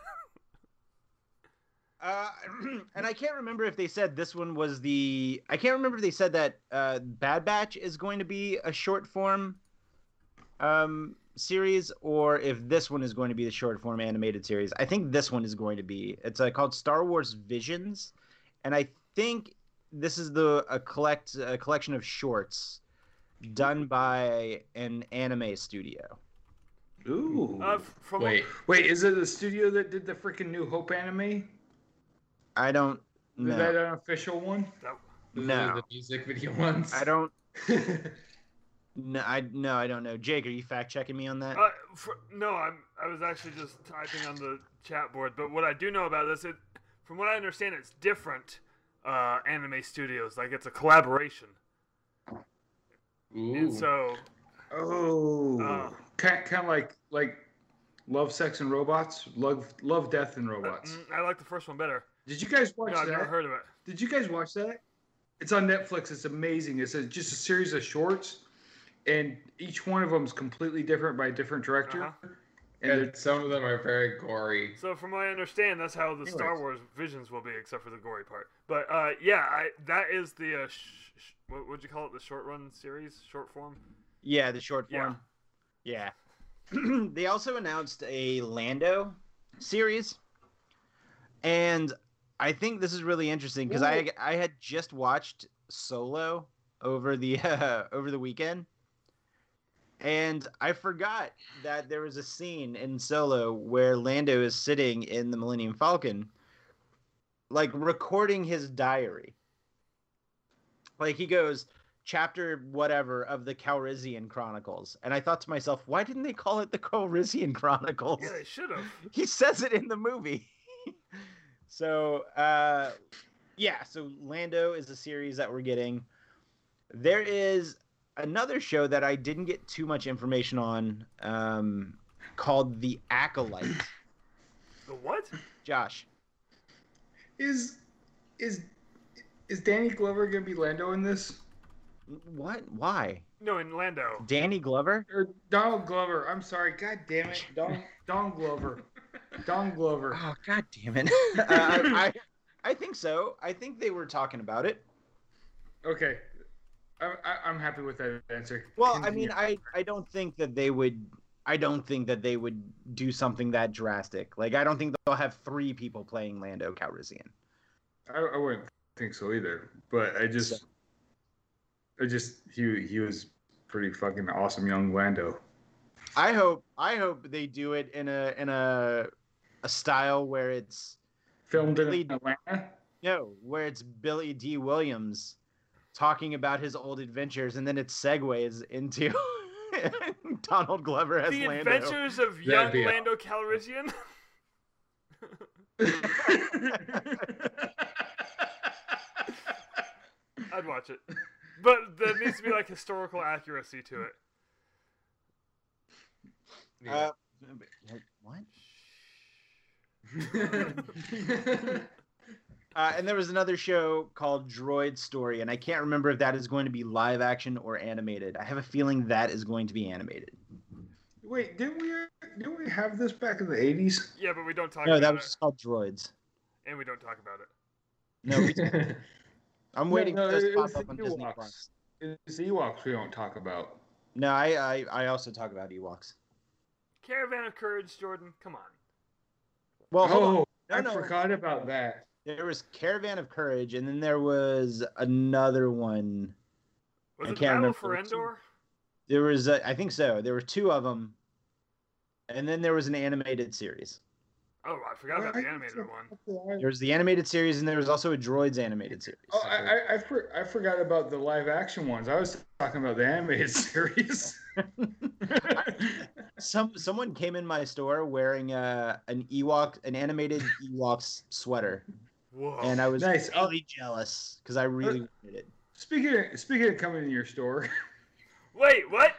Uh, and I can't remember if they said this one was the. I can't remember if they said that uh, Bad Batch is going to be a short form um, series, or if this one is going to be the short form animated series. I think this one is going to be. It's uh, called Star Wars Visions, and I think this is the a collect a collection of shorts done by an anime studio. Ooh. Uh, f- from Wait. Wait, is it the studio that did the freaking New Hope anime? I don't Is that know. an official one? That- those No. are The music video ones. I don't. okay. No, I no, I don't know. Jake, are you fact checking me on that? uh, fr no, I'm. I was actually just typing on the chat board. But what I do know about this, it, from what I understand, it's different uh, anime studios. Like it's a collaboration, Ooh. and so Oh, Oh. kind kind of like like love, sex, and robots. Love, love, death, and uh, robots. mm, I like the first one better. Did you guys watch No, I've that? never heard of it. Did you guys watch that? It's on Netflix. It's amazing. It's a, just a series of shorts, and each one of them is completely different by a different director. Uh-huh. And And they're- some of them are very gory. So from what I understand, that's how the Star Anyways. Wars visions will be, except for the gory part. But uh, yeah, I, that is the uh, sh- sh- what would you call it? The short run series, short form. Yeah, the short Yeah. form. Yeah. they also announced a Lando series. And I think this is really interesting because I I had just watched Solo over the uh, over the weekend, and I forgot that there was a scene in Solo where Lando is sitting in the Millennium Falcon, like recording his diary. Like he goes chapter whatever of the Calrissian Chronicles, and I thought to myself, why didn't they call it the Calrissian Chronicles? Yeah, they should have. he says it in the movie. so uh, yeah, so Lando is a series that we're getting. There is another show that I didn't get too much information on um, called The Acolyte. The what? Josh, Is is is Danny Glover gonna be Lando in this? what? Why? No, in Lando. Danny Glover? Or Donald Glover? I'm sorry. God damn it, Don Don Glover. Don Glover. Oh god damn it! uh, I, I think so. I think they were talking about it. Okay. I, I, I'm happy with that answer. Well, I Continue. mean, I I don't think that they would. I don't think that they would do something that drastic. Like, I don't think they'll have three people playing Lando Calrissian. I, I wouldn't think so either. But I just, I just he he was pretty fucking awesome young Lando. I hope I hope they do it in a in a a style where it's Filmed Really- in Atlanta. no where it's Billy D. Williams talking about his old adventures, and then it segues into Donald Glover as the Lando. Adventures of Young be Lando Calrissian. I'd watch it, but there needs to be like historical accuracy to it. Uh, what? Uh, and there was another show called Droid Story, and I can't remember if that is going to be live action or animated. I have a feeling that is going to be animated. Wait, didn't we didn't we have this back in the eighties? Yeah, but we don't talk No, about that was it, just called Droids. and we don't talk about it. No, we- I'm waiting no, for those it to was pop the up on Disney Ewoks. Plus. It's the Ewoks we don't talk about. No, I, I I also talk about Ewoks. Caravan of Courage, Jordan. Come on. Well, hold on. oh, No, I no. forgot about that. there was Caravan of Courage, and then there was another one. Was I it can't Battle remember for which one. Endor? There was, uh, I think so. There were two of them, and then there was an animated series. Oh, I forgot about Well, the I- animated one. There was the animated series, and there was also a Droids animated series. Oh, I, I, I, for, I forgot about the live action ones. I was talking about the animated series. Some someone came in my store wearing uh, an Ewok, an animated Ewoks sweater, Whoa. and I was nice. Uh, really jealous because I really wanted it. speaking of, speaking of coming in your store, Wait, what?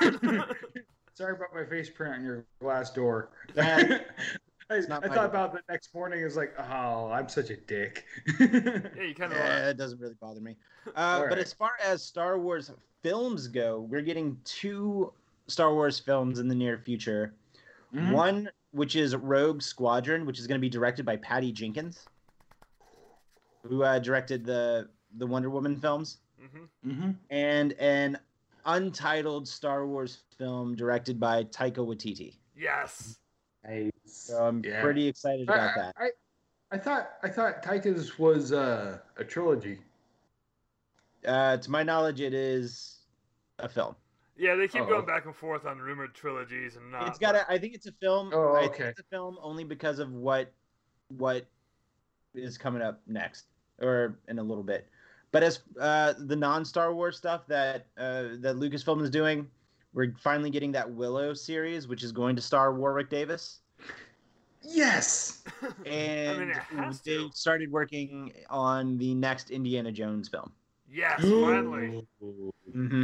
sorry about my face print on your glass door. That- I, it's not I my thought door. about the next morning. It was like, oh, I'm such a dick. Mm-hmm, yeah, you kind of Yeah, are. it doesn't really bother me. Uh, But Alright. as far as Star Wars films go, we're getting two Star Wars films in the near future. Mhm. One which is Rogue Squadron, which is going to be directed by Patty Jenkins, who uh, directed the the Wonder Woman films. Mhm. Mhm. and an untitled Star Wars film directed by Taika Waititi. Yes. So I'm Yeah. um, pretty excited I, about that. I, I thought I thought Taika's was uh, a trilogy. Uh, to my knowledge, it is a film. Yeah, they keep Oh. going back and forth on rumored trilogies and not. It's got. A, I think it's a film. Ah, Oh, I think okay. it's a film only because of what what is coming up next, or in a little bit. But as uh, the non-Star Wars stuff that uh, that Lucasfilm is doing, we're finally getting that Willow series, which is going to star Warwick Davis. Yes. and I mean, it has they to. started working on the next Indiana Jones film. Yes, finally. Mm-hmm.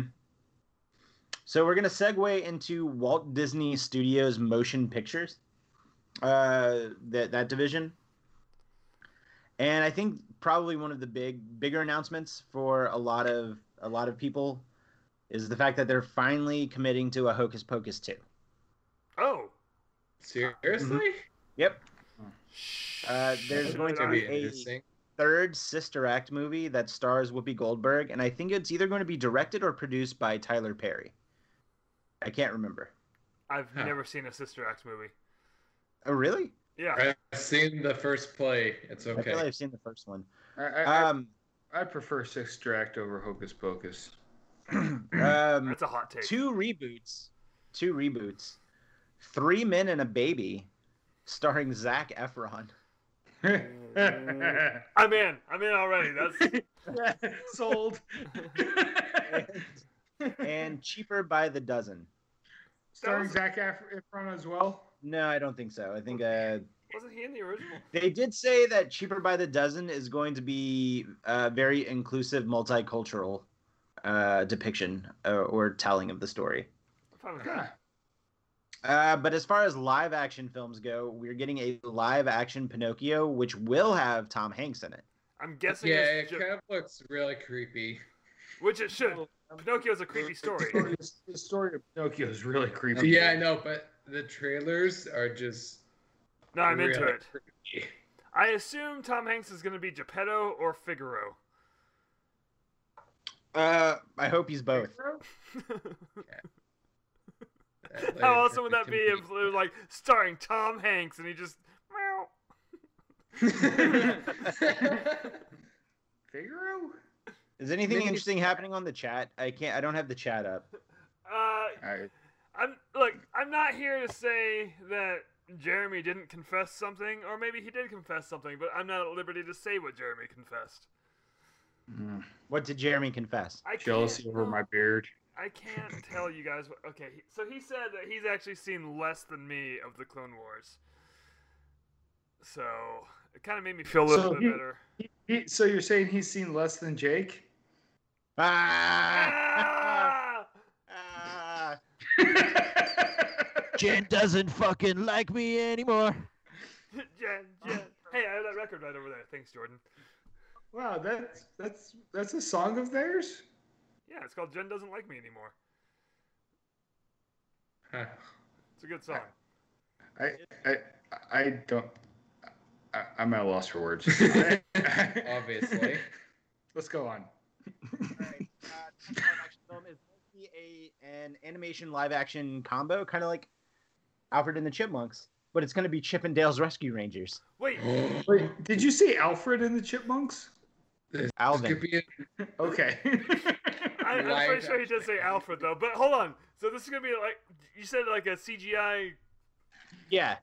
So we're gonna segue into Walt Disney Studios Motion Pictures, uh, that that division, and I think probably one of the big bigger announcements for a lot of a lot of people is the fact that they're finally committing to a Hocus Pocus two. Oh. Seriously? Mm-hmm. Yep, Uh, there's That's Should I going to not- gonna be be a- interesting. third sister act movie that stars Whoopi Goldberg, and I think it's either going to be directed or produced by Tyler Perry. I can't remember. I've Huh. never seen a Sister Act movie. Oh, really? Yeah. I've seen the first play. It's I feel like okay. I've seen the first one. I, I, Um, I, I prefer Six Dract over Hocus Pocus. um, That's a hot take. two reboots, two reboots, three men and a baby, starring Zach Efron. Mm, I'm in. I'm in already. That's Sold. and cheaper by the dozen. Starring Zach Af- Efron as well. No, I don't think so. I think uh, wasn't he in the original? they did say that cheaper by the dozen is going to be a very inclusive, multicultural uh, depiction uh, or telling of the story. I'm fine with Yeah. that. Uh, but as far as live action films go, we're getting a live action Pinocchio, which will have Tom Hanks in it. I'm guessing. Yeah, it's it Ja- kind of looks really creepy. which it should. Pinocchio's a creepy story. The story of Pinocchio is really creepy. Yeah, I know, but the trailers are just. No, I'm into really it. creepy. I assume Tom Hanks is going to be Geppetto or Figaro. Uh, I hope he's both. That How lady's awesome would that be if it creepy. was like starring Tom Hanks and he just meow. Figaro? Is anything Maybe- interesting happening on the chat? I can't. I don't have the chat up. Uh, I, I'm look. I'm not here to say that Jeremy didn't confess something, or maybe he did confess something, but I'm not at liberty to say what Jeremy confessed. mm, What did Jeremy confess? I can't- jealousy over my beard. I can't tell you guys. What, okay, he- so he said that he's actually seen less than me of the Clone Wars. So it kind of made me feel a little So bit he- better. He, so you're saying he's seen less than Jake? Ah! Ah! Ah! Jen doesn't fucking like me anymore. Jen, Jen. Hey, I have that record right over there. Thanks, Jordan. wow, that's that's that's a song of theirs. Yeah, it's called Jen Doesn't Like Me Anymore. Huh. It's a good song. I I I don't. I, I'm at a loss for words. Obviously. Let's go on. Alright, uh, next live action film is going to be a an animation live action combo, kind of like Alfred and the Chipmunks, but it's going to be Chip and Dale's Rescue Rangers. Wait, Wait, did you see Alfred and the Chipmunks? this Alvin. could be a Okay. I, I'm Live pretty sure he did say Alfred though. But hold on. So this is gonna be like you said, like a CGI. yeah,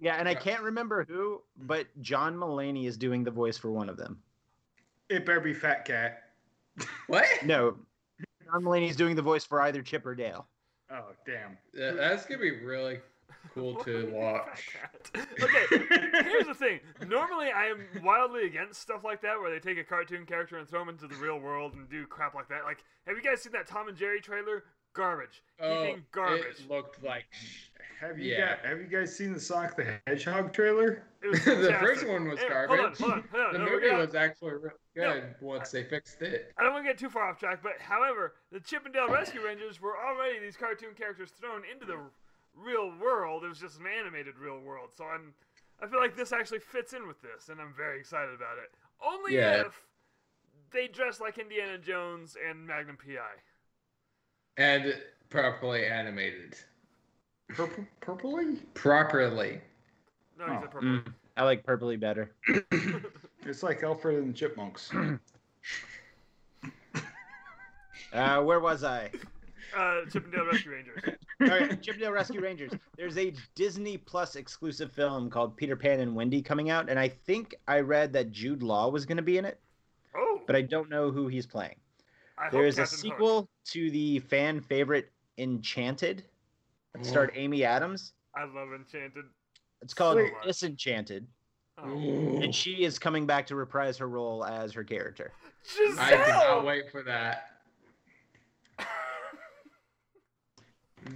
yeah, and I Yeah. can't remember who, but John Mulaney is doing the voice for one of them. it better be Fat Cat. what? No, John Mulaney is doing the voice for either Chip or Dale. Oh damn. That- That's gonna be really cool to watch. okay. Here's the thing. Normally, I am wildly against stuff like that, where they take a cartoon character and throw him into the real world and do crap like that. Like, have you guys seen that Tom and Jerry trailer? Garbage. Oh, Eating garbage. it looked like sh- Have you Yeah. got, have you guys seen the Sonic the Hedgehog trailer? It was the first fantastic. one was Anyway, garbage. Hold on, hold on, hold on. The No, we're movie gonna- was actually re- No. good once they fixed it. I don't want to get too far off track, but however, the Chippendale Rescue Rangers were already these cartoon characters thrown into the r- real world. It was just an animated real world. So I'm, I feel like this actually fits in with this, and I'm very excited about it. Only Yeah. if they dress like Indiana Jones and Magnum PI. And properly animated. Purple, purpley? Properly. No, he's Oh, mm. a purple. Mm, I like purpley better. It's like Alfred and the Chipmunks. Uh, where was I? Uh, Chippendale Rescue Rangers. All right, Chip and Dale Rescue Rangers. There's a Disney Plus exclusive film called Peter Pan and Wendy coming out, and I think I read that Jude Law was going to be in it, Oh, but I don't know who he's playing. I hope There is a Captain Hook. sequel to the fan favorite Enchanted that starred Amy Adams. I love Enchanted. It's called Wait. Disenchanted, Oh. and she is coming back to reprise her role as her character. Giselle! I cannot wait for that.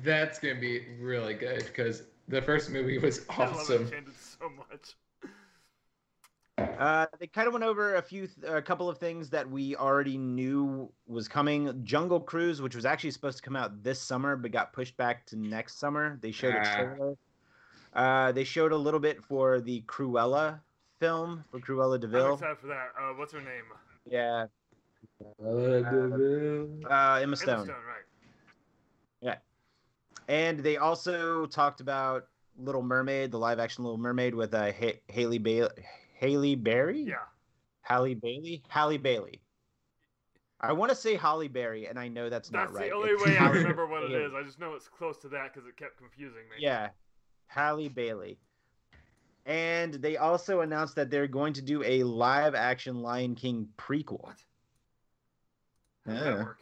That's gonna be really good because the first movie was I love awesome. Enchanted so much. Uh, they kind of went over a few, th- a couple of things that we already knew was coming. Jungle Cruise, which was actually supposed to come out this summer, but got pushed back to next summer. They showed a Ah. trailer. Uh, they showed a little bit for the Cruella film for Cruella I'm Deville. excited for that. Uh, what's her name? Yeah, Uh, uh, Emma Emma Stone. Stone, right. And they also talked about Little Mermaid, the live action Little Mermaid with uh, ha- Haley Bailey, Haley Berry, Yeah. Halle Bailey, Halle Bailey. I want to say Holly Berry, and I know that's, That's not right. the only It's way I Halle remember what it Bailey. is. I just know it's close to that because it kept confusing me. Yeah, Halle Bailey. And they also announced that they're going to do a live action Lion King prequel. What? How does Yeah. that work?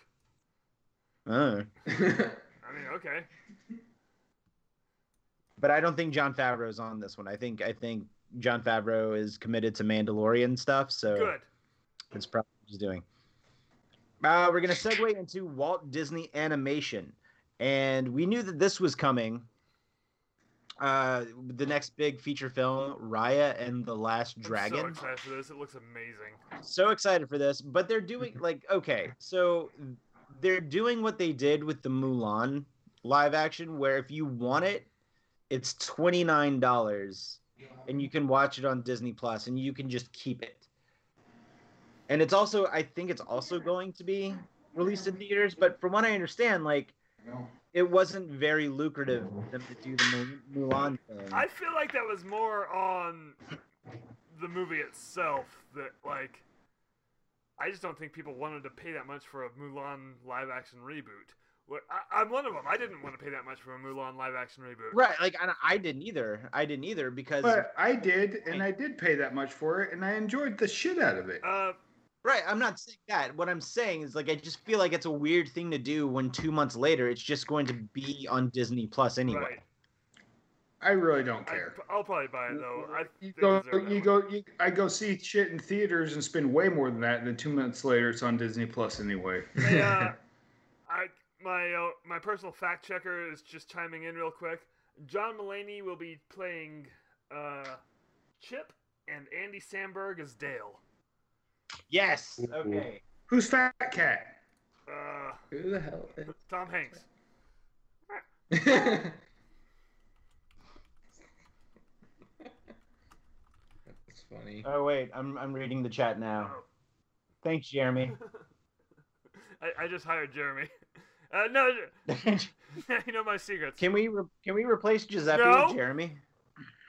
Uh, I mean, okay. but I don't think John Favreau's on this one. I think I think John Favreau is committed to Mandalorian stuff, so Good. it's probably what he's doing. Uh, we're gonna segue into Walt Disney Animation, and we knew that this was coming. Uh, the next big feature film, Raya and the Last I'm Dragon. Hmm. so excited for this. It looks amazing. so excited for this but they're doing like okay so they're doing what they did with the mulan live action where if you want it it's $29 and you can watch it on disney plus and you can just keep it and it's also i think it's also going to be released in theaters but from what i understand like it wasn't very lucrative for them to do the Mu- mulan thing I feel like that was more on the movie itself that like I just don't think people wanted to pay that much for a Mulan live action reboot. What- I, I'm one of them. I didn't want to pay that much for a Mulan live action reboot. right like I, I didn't either i didn't either because But I did, and I did pay that much for it, and I enjoyed the shit out of it. Uh, Right, I'm not saying that. What I'm saying is like I just feel like it's a weird thing to do when 2 months later it's just going to be on Disney Plus anyway. right. I really don't I, care. I'll probably buy it though. I you think go, deserve that you one. go, you, I go see shit in theaters and spend way more than that, and then two minutes later, it's on Disney Plus anyway. Hey, uh, I my uh, my personal fact checker is just chiming in real quick. John Mulaney will be playing uh, Chip, and Andy Samberg is Dale. Yes. Okay. Who's Fat Cat? Uh, Who the hell is Tom Hanks. That's funny. Oh wait, I'm I'm reading the chat now. Oh. Thanks, Jeremy. I, I just hired Jeremy. Uh, no, can you know my secrets. we re- can we replace Giuseppe No. with Jeremy?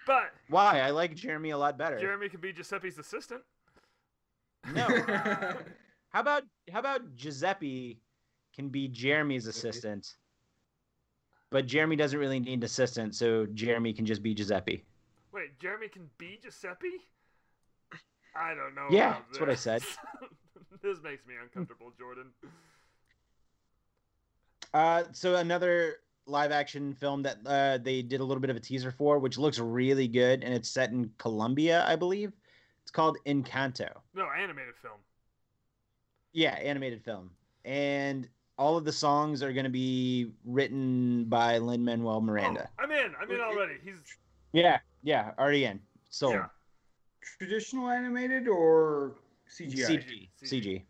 but Why? I like Jeremy a lot better. Jeremy can be Giuseppe's assistant. No. how about how about Giuseppe can be Jeremy's assistant? But Jeremy doesn't really need an assistant, so Jeremy can just be Giuseppe. Wait, Jeremy can be Giuseppe? I don't know. Yeah, about that's what I this. said. this makes me uncomfortable, Jordan. Uh, so another live action film that uh, they did a little bit of a teaser for, which looks really good, and it's set in Colombia, I believe. It's called Encanto. No, animated film. Yeah, animated film, and all of the songs are going to be written by Lin Manuel Miranda. Oh, I'm in. I'm in already. He's Yeah, yeah, already in. So yeah. Traditional animated or CGI? CG, CG. CG.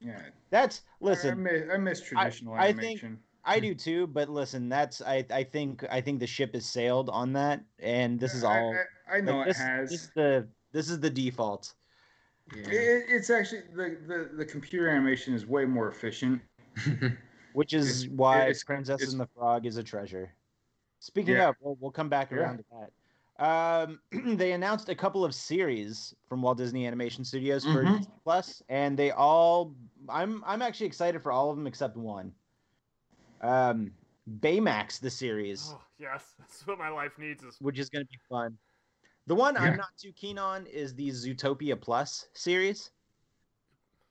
Yeah. That's I listen. miss, I miss traditional I think- animation. I do too, but listen, that's I I think I think the ship has sailed on that, and this is all. I, I, I know like, it this, has. This is the this is the default. It, it's actually the, the the computer animation is way more efficient. which is It's- why it's- Princess it's- and the Frog is a treasure. Speaking Yeah. of, we'll, we'll come back Yeah. around to that. Um, they announced a couple of series from Walt Disney Animation Studios for Mhm. Disney Plus, and they all. I'm I'm actually excited for all of them except one. Um, Baymax the series, Oh, yes, that's what my life needs. Is which is going to be fun. The one I'm Yeah. not too keen on is the Zootopia Plus series,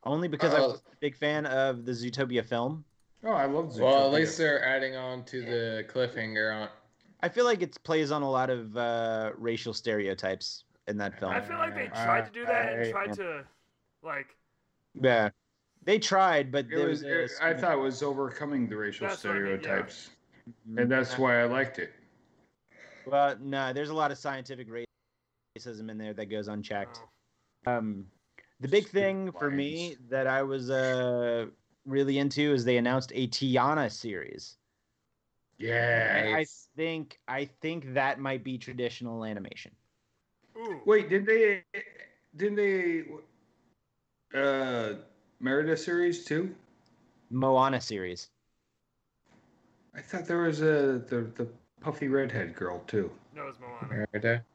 only because I Oh. Uh, was a big fan of the Zootopia film. Oh, I love Zootopia. Well, at least they're adding on to the cliffhanger on. I feel like it plays on a lot of uh, racial stereotypes in that film. I feel like they tried to do that and I- tried to, like, yeah, they tried, but It there was. was. It, I thought it was overcoming the racial That's what I mean, yeah. stereotypes, Mhm. and that's why I liked it. Well, no, there's a lot of scientific racism in there that goes unchecked. oh, Um, the big Stupid thing for me that I was uh, really into is they announced a Tiana series. Yeah. And I Nice. think I think that might be traditional animation. oh, ooh, Wait, did they? Didn't they? Uh, Merida series too. Moana series. I thought there was a the the puffy redhead girl too. No, it's Moana. Right there.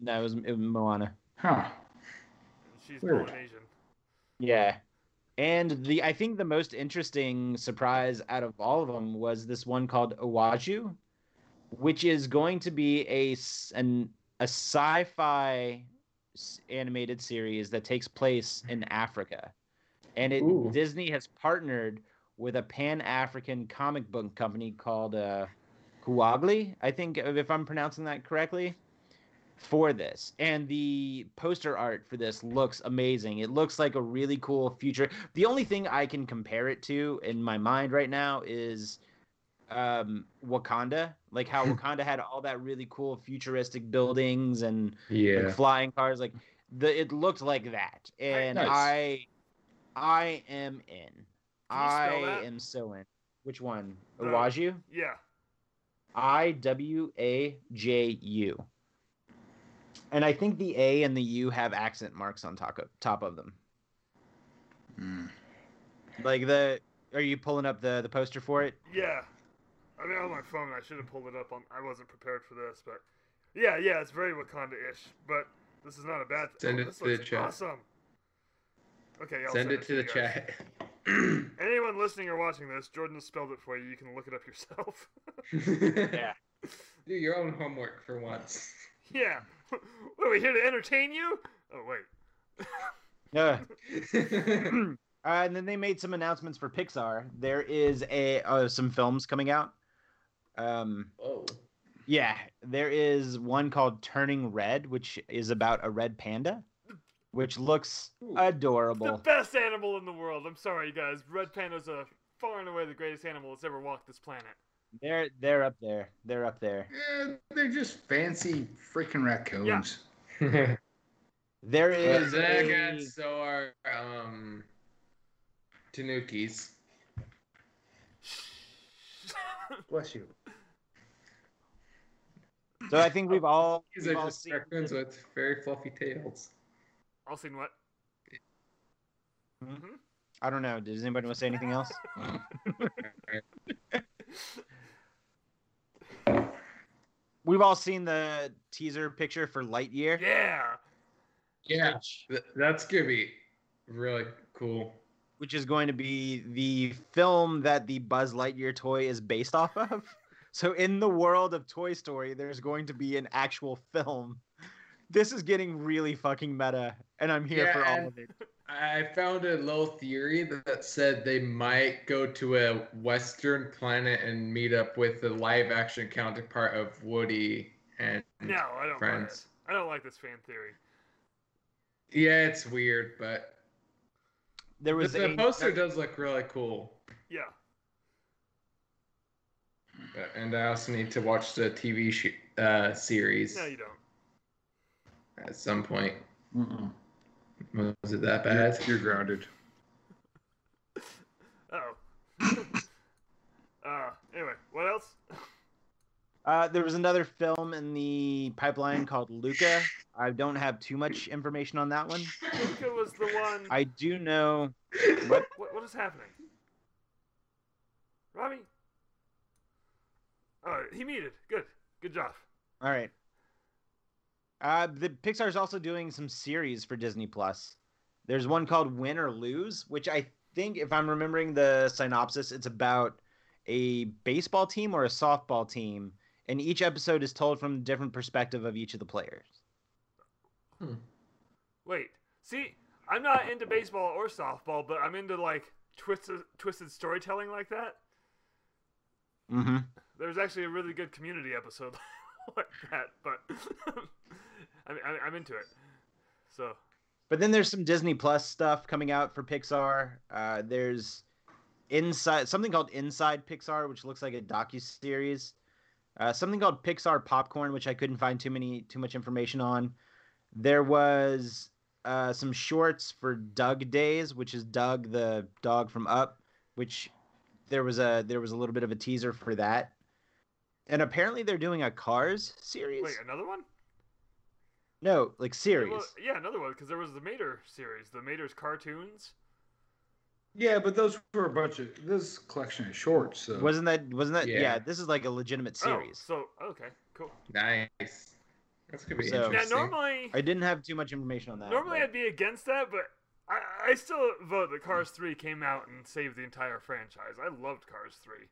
No, it was, it was Moana. Huh. She's Weird. Polynesian. Yeah. And the I think the most interesting surprise out of all of them was this one called Owaju, which is going to be a s- an a sci-fi s- animated series that takes place in Africa. And it Ooh. Disney has partnered with a pan-African comic book company called uh Kuagli, I think if I'm pronouncing that correctly for this. And the poster art for this looks amazing. It looks like a really cool future. The only thing I can compare it to in my mind right now is um Wakanda, like how Wakanda had all that really cool futuristic buildings and like, Yeah. flying cars like the it looked like that. And nice. I I am in. Can you spell I that? am so in. Which one? Uh, Owaju? Yeah. I W A J U. And I think the A and the U have accent marks on top of, top of them. Mm. Like the are you pulling up the the poster for it? Yeah. I mean, on my phone, I should have pulled it up. On I wasn't prepared for this, but yeah, yeah, it's very Wakanda-ish. But this is not a bad. Send oh, it this to the looks chat. Awesome. Okay, I'll Send it to the you guys. chat. Anyone listening or watching this, Jordan spelled it for you. You can look it up yourself. yeah. Do your own homework for once. yeah. What, are we here to entertain you? Oh wait. Yeah. Uh, and then they made some announcements for Pixar. There is a uh, some films coming out. Um, oh. yeah, there is one called Turning Red, which is about a red panda, which looks Ooh. The adorable. best animal in the world. I'm sorry, you guys. Red panda's a far and away the greatest animal that's ever walked this planet. They're they're up there. They're up there. Yeah, they're just fancy freaking raccoons. There Well, is then a- again, so are um, Tanukis. Bless you. So I think we've all, These we've are all just seen raccoons with very fluffy tails. All seen what? I don't know. Does anybody want to say anything else? we've all seen the teaser picture for Lightyear. Yeah. Yeah, Which, th- that's gonna be really cool. which is going to be the film that the Buzz Lightyear toy is based off of. So in the world of Toy Story, there's going to be an actual film. This is getting really fucking meta, and I'm here Yeah, for all and- of it. I found a little theory that, that said they might go to a Western planet and meet up with the live action counterpart of Woody and No, I don't. buy it. friends. I don't like this fan theory. Yeah, it's weird, but There was the, the a- poster does look really cool. Yeah. But- And I also need to watch the TV sh- uh, series No, you don't. at some point. Mm-mm. Was it that You're, bad? you're grounded. Oh. uh. Anyway, what else? Uh, there was another film in the pipeline called Luca. I don't have too much information on that one. Luca was the one. I do know. What, what is happening? Robbie? Oh, he muted. Good. Good job. All right. Uh, the Pixar's also doing some series for Disney Plus. There's one called Win or Lose, which I think, if I'm remembering the synopsis, it's about a baseball team or a softball team, and each episode is told from a different perspective of each of the players. Wait. See, I'm not into baseball or softball, but I'm into like twisted, twisted storytelling like that. Mm-hmm. There's actually a really good community episode like that, but I mean, I- I'm into it. So, But then there's some Disney Plus stuff coming out for Pixar. Uh, there's inside something called Inside Pixar, which looks like a docu series. Uh, something called Pixar Popcorn, which I couldn't find too many too much information on. There was uh, some shorts for Doug Days, which is Doug the dog from Up, which there was a there was a little bit of a teaser for that. And apparently they're doing a Cars series. wait, another one? No, like Yeah, series. well, yeah, another one, because there was the Mater series, the Mater's cartoons. Yeah, but those were a bunch of this collection is short, so Wasn't that? Wasn't that? Yeah. Yeah. this is like a legitimate series. Oh, so okay, cool. Nice. That's gonna be So- Yeah, Now interesting. normally, I didn't have too much information on that. normally but- I'd be against that, but I, I still vote that Cars Three came out and saved the entire franchise. I loved Cars Three.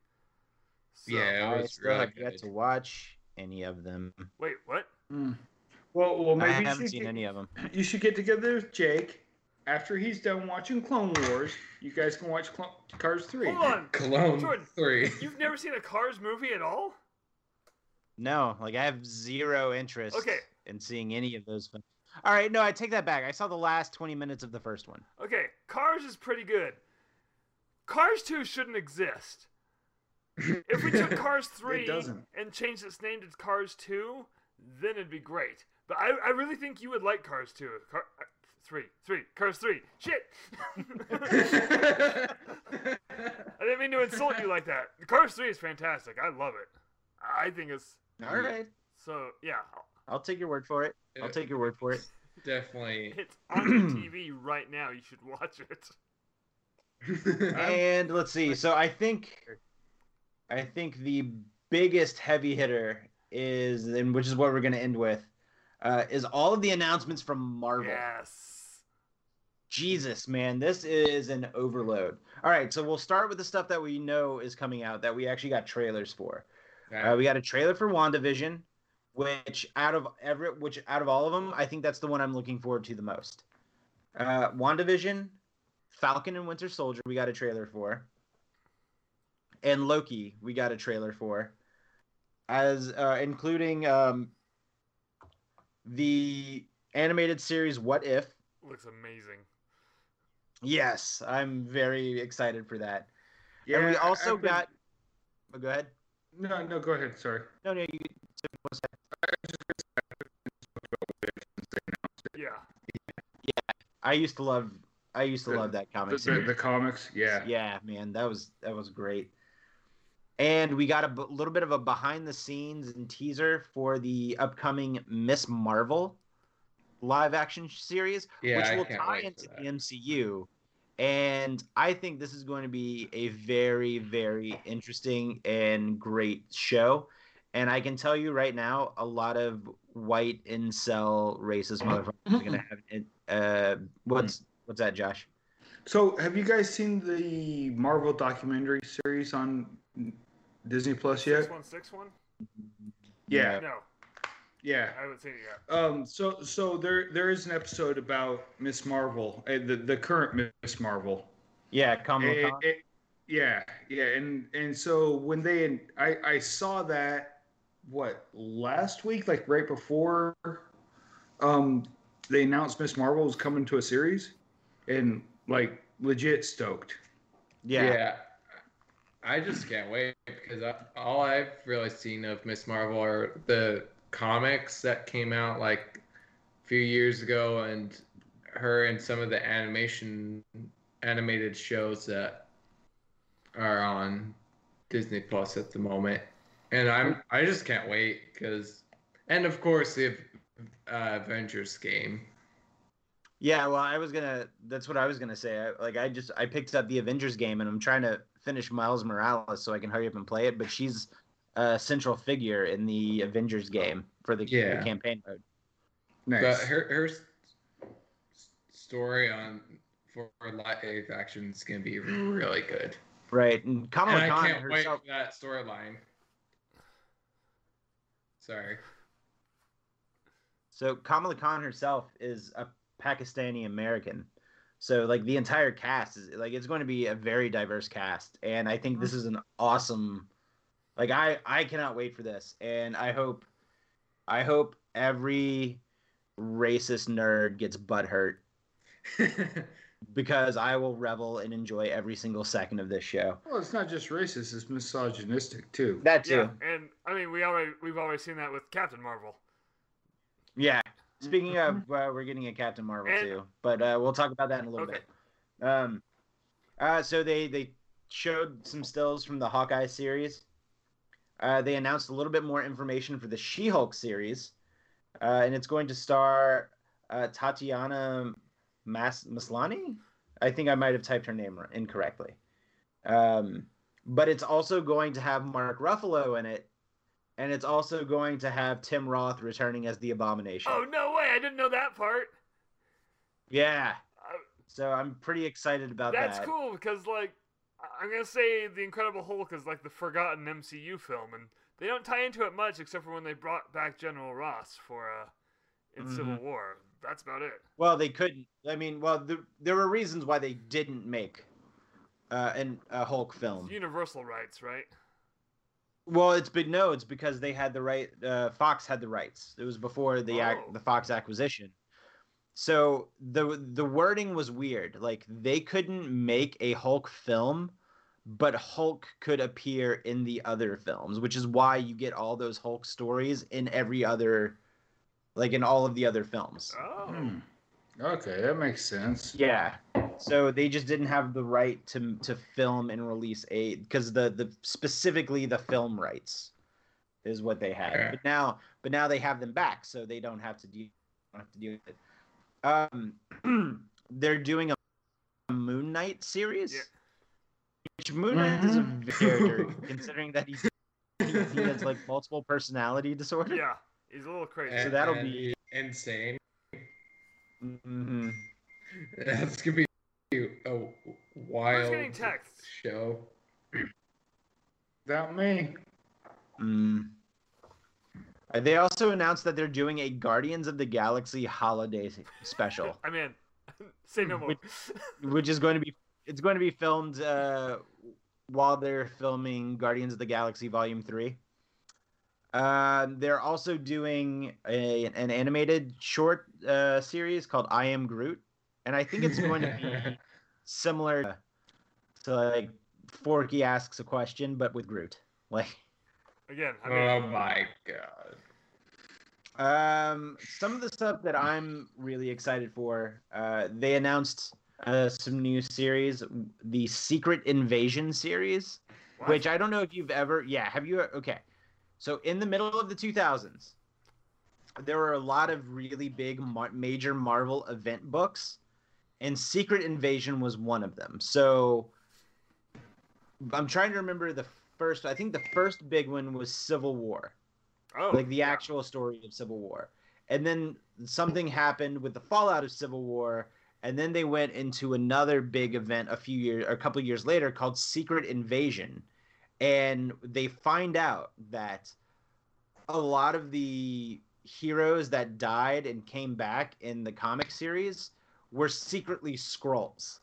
So, yeah, it I was still really have good. yet to watch any of them. Wait, what? Hmm. well, well, I maybe you haven't should, seen get, any of them. you should get together with Jake after he's done watching Clone Wars. You guys can watch Clone, Cars Three. Hold on, Cologne Jordan, three. you've never seen a Cars movie at all? No, like I have zero interest Okay. in seeing any of those films. All right, no, I take that back. I saw the last 20 minutes of the first one. Okay, Cars is pretty good. Cars 2 shouldn't exist. If we took Cars 3 doesn't. and changed its name to Cars 2, then it'd be great. But I, I really think you would like Cars 2. Car, uh, 3. 3. Cars 3. Shit! I didn't mean to insult you like that. Cars 3 is fantastic. I love it. I think it's. All right. So, yeah. I'll take your word for it. I'll take your word for it. Definitely. It's on your TV right now. You should watch it. And let's see. So I think I think the biggest heavy hitter is and which is what we're going to end with uh, is all of the announcements from Marvel. Yes. Jesus, man, this is an overload. All right, so we'll start with the stuff that we know is coming out that we actually got trailers for. Uh, we got a trailer for WandaVision, which out of every which out of all of them, I think that's the one I'm looking forward to the most. Uh, WandaVision, Falcon and Winter Soldier, we got a trailer for, and Loki, we got a trailer for, as uh, including um, the animated series What If. Looks amazing. Yes, I'm very excited for that. and we also I've been- got. Oh, go ahead. No, no, go ahead. Sorry. No, no, you Yeah. I used to love I used to The- love that The, comic the, series. the comics, yeah. Yeah, man, that was that was great. And we got a b- little bit of a behind the scenes and teaser for the upcoming Miss Marvel live action series, yeah, I which will can't tie wait for into that. the MCU. And I think this is going to be a very, very interesting and great show. And I can tell you right now, a lot of white incel racist motherfuckers are gonna have. It. Uh, what's what's that, Josh? So, have you guys seen the Marvel documentary series on Disney Plus yet? 6161? Yeah, No. yeah. I haven't seen it yet. Um, so, so there there is an episode about Miss Marvel, uh, the the current Miss Marvel. Yeah, Kamala Eh, Khan. eh, yeah, yeah, and and so when they I I saw that what last week, like right before, um, they announced Miss Marvel was coming to a series, and like legit stoked. Yeah. I just can't wait because I, all I've really seen of Miss Marvel are the comics that came out like a few years ago and her and some of the animation animated shows that are on Disney Plus at the moment. And I'm I just can't wait cuz and of course the uh, Avengers game. Yeah, well, I was gonna. That's what I was gonna say. I, like, I just I picked up the Avengers game, and I'm trying to finish Miles Morales so I can hurry up and play it. But she's a central figure in the Avengers game for the, the Yeah. campaign mode. Nice. But her her s- s- story on for live action is gonna be really good. Right, and Kamala and I Khan can't wait herself. for that storyline. Sorry. So Kamala Khan herself is a Pakistani American. So like the entire cast is like it's going to be a very diverse cast, and I think this is an awesome. Like I I cannot wait for this, and I hope, I hope every racist nerd gets butthurt because I will revel and enjoy every single second of this show. well, it's not just racist; it's misogynistic too. That too. Yeah, and I mean we already we've already seen that with Captain Marvel. Yeah. Speaking of, uh, we're getting a Captain Marvel And- too, but uh, we'll talk about that in a little Okay. bit. Um, uh, so they they showed some stills from the Hawkeye series. Uh, they announced a little bit more information for the She-Hulk series, uh, and it's going to star uh, Tatiana Mas- Maslany. I think I might have typed her name r- incorrectly. Um, but it's also going to have Mark Ruffalo in it, and it's also going to have Tim Roth returning as the Abomination. Oh no way! I didn't know that part. Yeah. Uh, So I'm pretty excited about That's that. cool because like I- I'm gonna say the Incredible Hulk is like the forgotten MCU film, and they don't tie into it much except for when they brought back General Ross for uh in Mm-hmm. Civil War. That's about it. Well, they couldn't. I mean, well, the, there were reasons why they didn't make uh, an, a Hulk film. It's Universal rights, right? Well, it's been no. It's because they had the right. Uh, Fox had the rights. It was before the ac Oh. the Fox acquisition. So the the wording was weird. Like they couldn't make a Hulk film, but Hulk could appear in the other films, which is why you get all those Hulk stories in every other, like in all of the other films. Oh, Mm-hmm. Hmm. Okay, that makes sense. Yeah. So they just didn't have the right to to film and release a because the the specifically the film rights is what they had. Yeah. But now but now they have them back, so they don't have to deal don't have to deal with it. Um, they're doing a Moon Knight series. Yeah. Which Moon Knight is a Mhm. character considering that he's he has like multiple personality disorder. Oh. yeah, he's a little crazy. So that'll And be- insane. Mhm. That's gonna be a I was wild getting texts. show. Without me. Mm. Uh, They also announced that they're doing a Guardians of the Galaxy holiday s- special, I'm in. Say no more. Which- which is going to be it's going to be filmed uh, while they're filming Guardians of the Galaxy Volume Three. Uh, they're also doing a, an animated short uh, series called "I Am Groot," and I think it's going to be similar to, to like Forky asks a question, but with Groot. Like, Again, I'm in. Oh my god. Um, some of the stuff that I'm really excited for, uh, they announced uh, some new series, the Secret Invasion series, What? which I don't know if you've ever. Yeah, have you? Okay, so in the middle of the 2000s, there were a lot of really big mar- major Marvel event books, and Secret Invasion was one of them. So I'm trying to remember the first. I think the first big one was Civil War oh, like the yeah. actual story of Civil War. And then something happened with the fallout of Civil War, and then they went into another big event a few years, a couple years later, called Secret Invasion, and they find out that a lot of the heroes that died and came back in the comic series were secretly scrolls.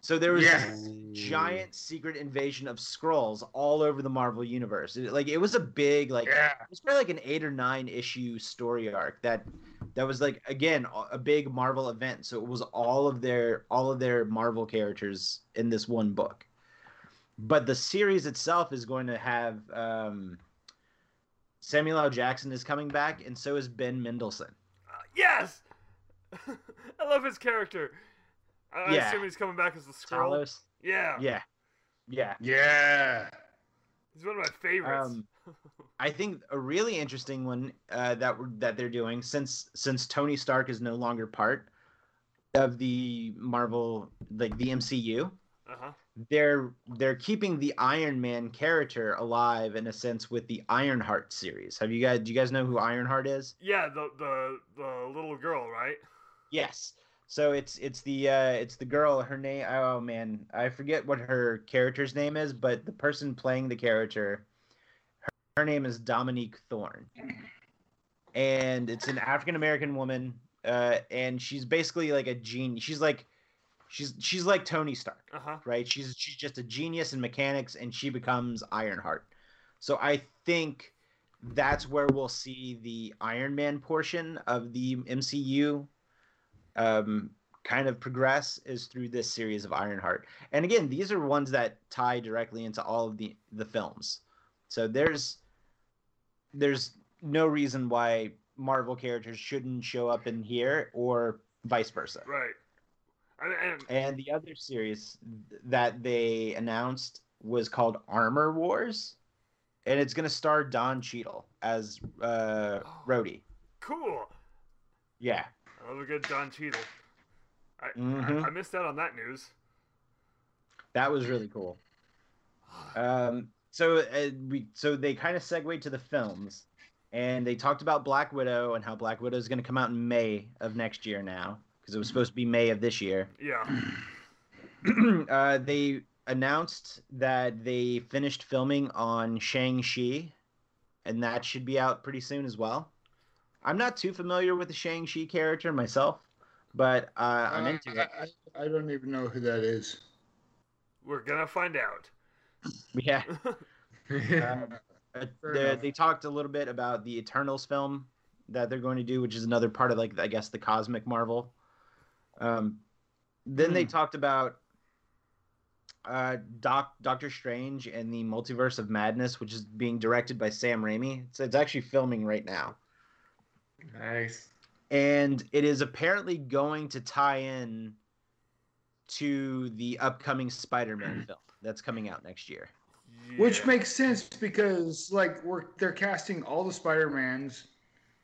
So there was Yes. giant secret invasion of scrolls all over the Marvel universe. It- like it was a big like Yeah. it was probably like an eight or nine issue story arc that that was like again a- a big Marvel event. So it was all of their all of their Marvel characters in this one book. But the series itself is going to have um, Samuel L. Jackson is coming back, and so is Ben Mendelsohn. Uh, yes, I love his character. I, I Yeah. assume he's coming back as the scroll. Talos. Yeah. Yeah, yeah. Yeah. he's one of my favorites. Um, I think a really interesting one uh, that we're, that they're doing since since Tony Stark is no longer part of the Marvel like the MCU, uh huh. they're they're keeping the Iron Man character alive in a sense with the Ironheart series. Have you guys do you guys know who Ironheart is? Yeah, the the the little girl, right? Yes. So it's it's the uh, it's the girl. Her name. Oh man, I forget what her character's name is, but the person playing the character, her, her name is Dominique Thorne, and it's an African American woman, uh, and she's basically like a genius. She's like, she's she's like Tony Stark, Uh huh. right? She's she's just a genius in mechanics, and she becomes Ironheart. So I think that's where we'll see the Iron Man portion of the MCU um, kind of progress is through this series of Ironheart. And again, these are ones that tie directly into all of the the films. So there's there's no reason why Marvel characters shouldn't show up in here or vice versa. Right. I mean, and, And the other series th- that they announced was called Armor Wars, and it's going to star Don Cheadle as uh, Oh. Rhodey. cool. Yeah, I love a good Don Cheadle. I Mhm. I, I missed out on that news. That was really cool. Um, so uh, we so they kind of segued to the films, and they talked about Black Widow and how Black Widow is going to come out in May of next year now because it was supposed to be May of this year. Yeah. uh, they announced that they finished filming on Shang Chi, and that should be out pretty soon as well. I'm not too familiar with the Shang Chi character myself, but uh, I'm into I, it. I, I don't even know who that is. We're gonna find out. Yeah. Um, uh, Fair they- enough. they talked a little bit about the Eternals film that they're going to do, which is another part of like I guess the cosmic Marvel. Um, then Hmm. they talked about uh, Doc Doctor Strange and the Multiverse of Madness, which is being directed by Sam Raimi. It's, it's actually filming right now, Nice. and it is apparently going to tie in to the upcoming Spider-Man film that's coming out next year. Which Yeah. makes sense because like we're they're casting all the Spider-Mans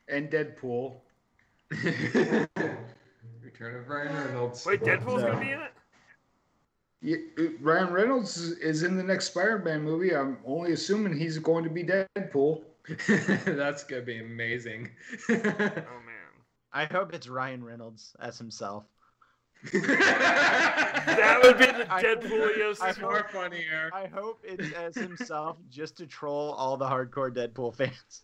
and Deadpool. Return of Ryan Reynolds. Wait, Deadpool's No. gonna be in it? Yeah, Ryan Reynolds is- is in the next Spider-Man movie. I'm only assuming he's going to be Deadpool. That's gonna be amazing. Oh man. I hope it's Ryan Reynolds as himself. That that would be the I- I Deadpooliosis. hope- more funnier. I hope it's as himself just to troll all the hardcore Deadpool fans.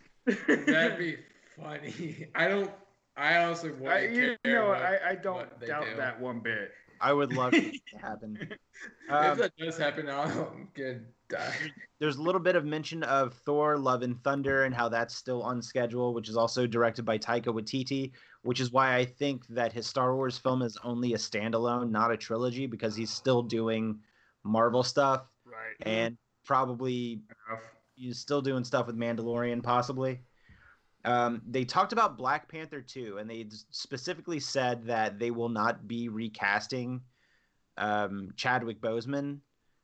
That'd be funny. I don't. I also wouldn't I, you care know, what- I, I don't what they doubt do. that one bit. I would love for it to happen. if Um, that does happen, I'm gonna die. there's a little bit of mention of Thor: Love and Thunder and how that's still on schedule, which is also directed by Taika Waititi, which is why I think that his Star Wars film is only a standalone, not a trilogy, because he's still doing Marvel stuff Right. and probably he's still doing stuff with Mandalorian, possibly. Um, they talked about Black Panther 2, and they specifically said that they will not be recasting um, Chadwick Boseman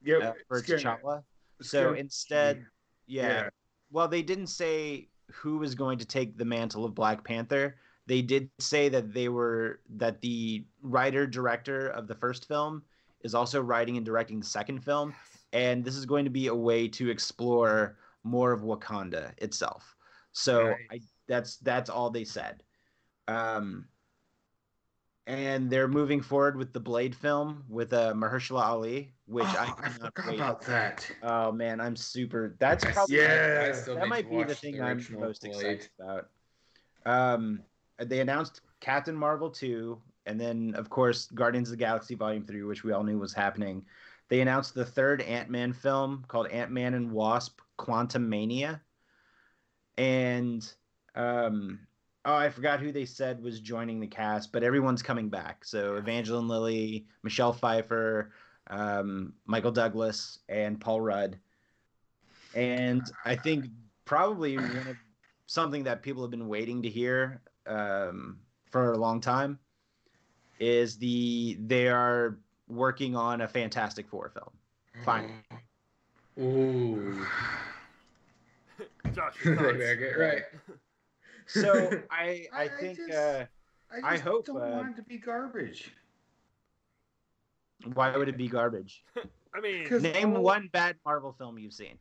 Yep. uh, for it's gonna- T'Challa. it's So gonna- instead, yeah. Yeah. Well, they didn't say who was going to take the mantle of Black Panther. They did say that they were that the writer director of the first film is also writing and directing the second film, and this is going to be a way to explore more of Wakanda itself. So I, that's that's all they said. Um, and they're moving forward with the Blade film with uh, Mahershala Ali, which Oh, I, I cannot forgot wait. about that. Oh man, I'm super. That's I probably Yeah. still- I still that need might to be the watch thing I'm original most excited Blade. about. Um, they announced Captain Marvel two, and then of course Guardians of the Galaxy Volume three, which we all knew was happening. They announced the third Ant Man film called Ant Man and Wasp: Quantum Mania, and um, oh, I forgot who they said was joining the cast, but everyone's coming back. So Evangeline Lilly, Michelle Pfeiffer, um, Michael Douglas, and Paul Rudd. And I think probably one of something that people have been waiting to hear um, for a long time is the they are working on a Fantastic Four film. Fine. Mm. Ooh. Josh, they your thoughts? better get right. So I I- I I think just- uh, I just hope, don't uh, want it to be garbage. why would it be garbage? I mean, 'Cause Name all- one bad Marvel film you've seen.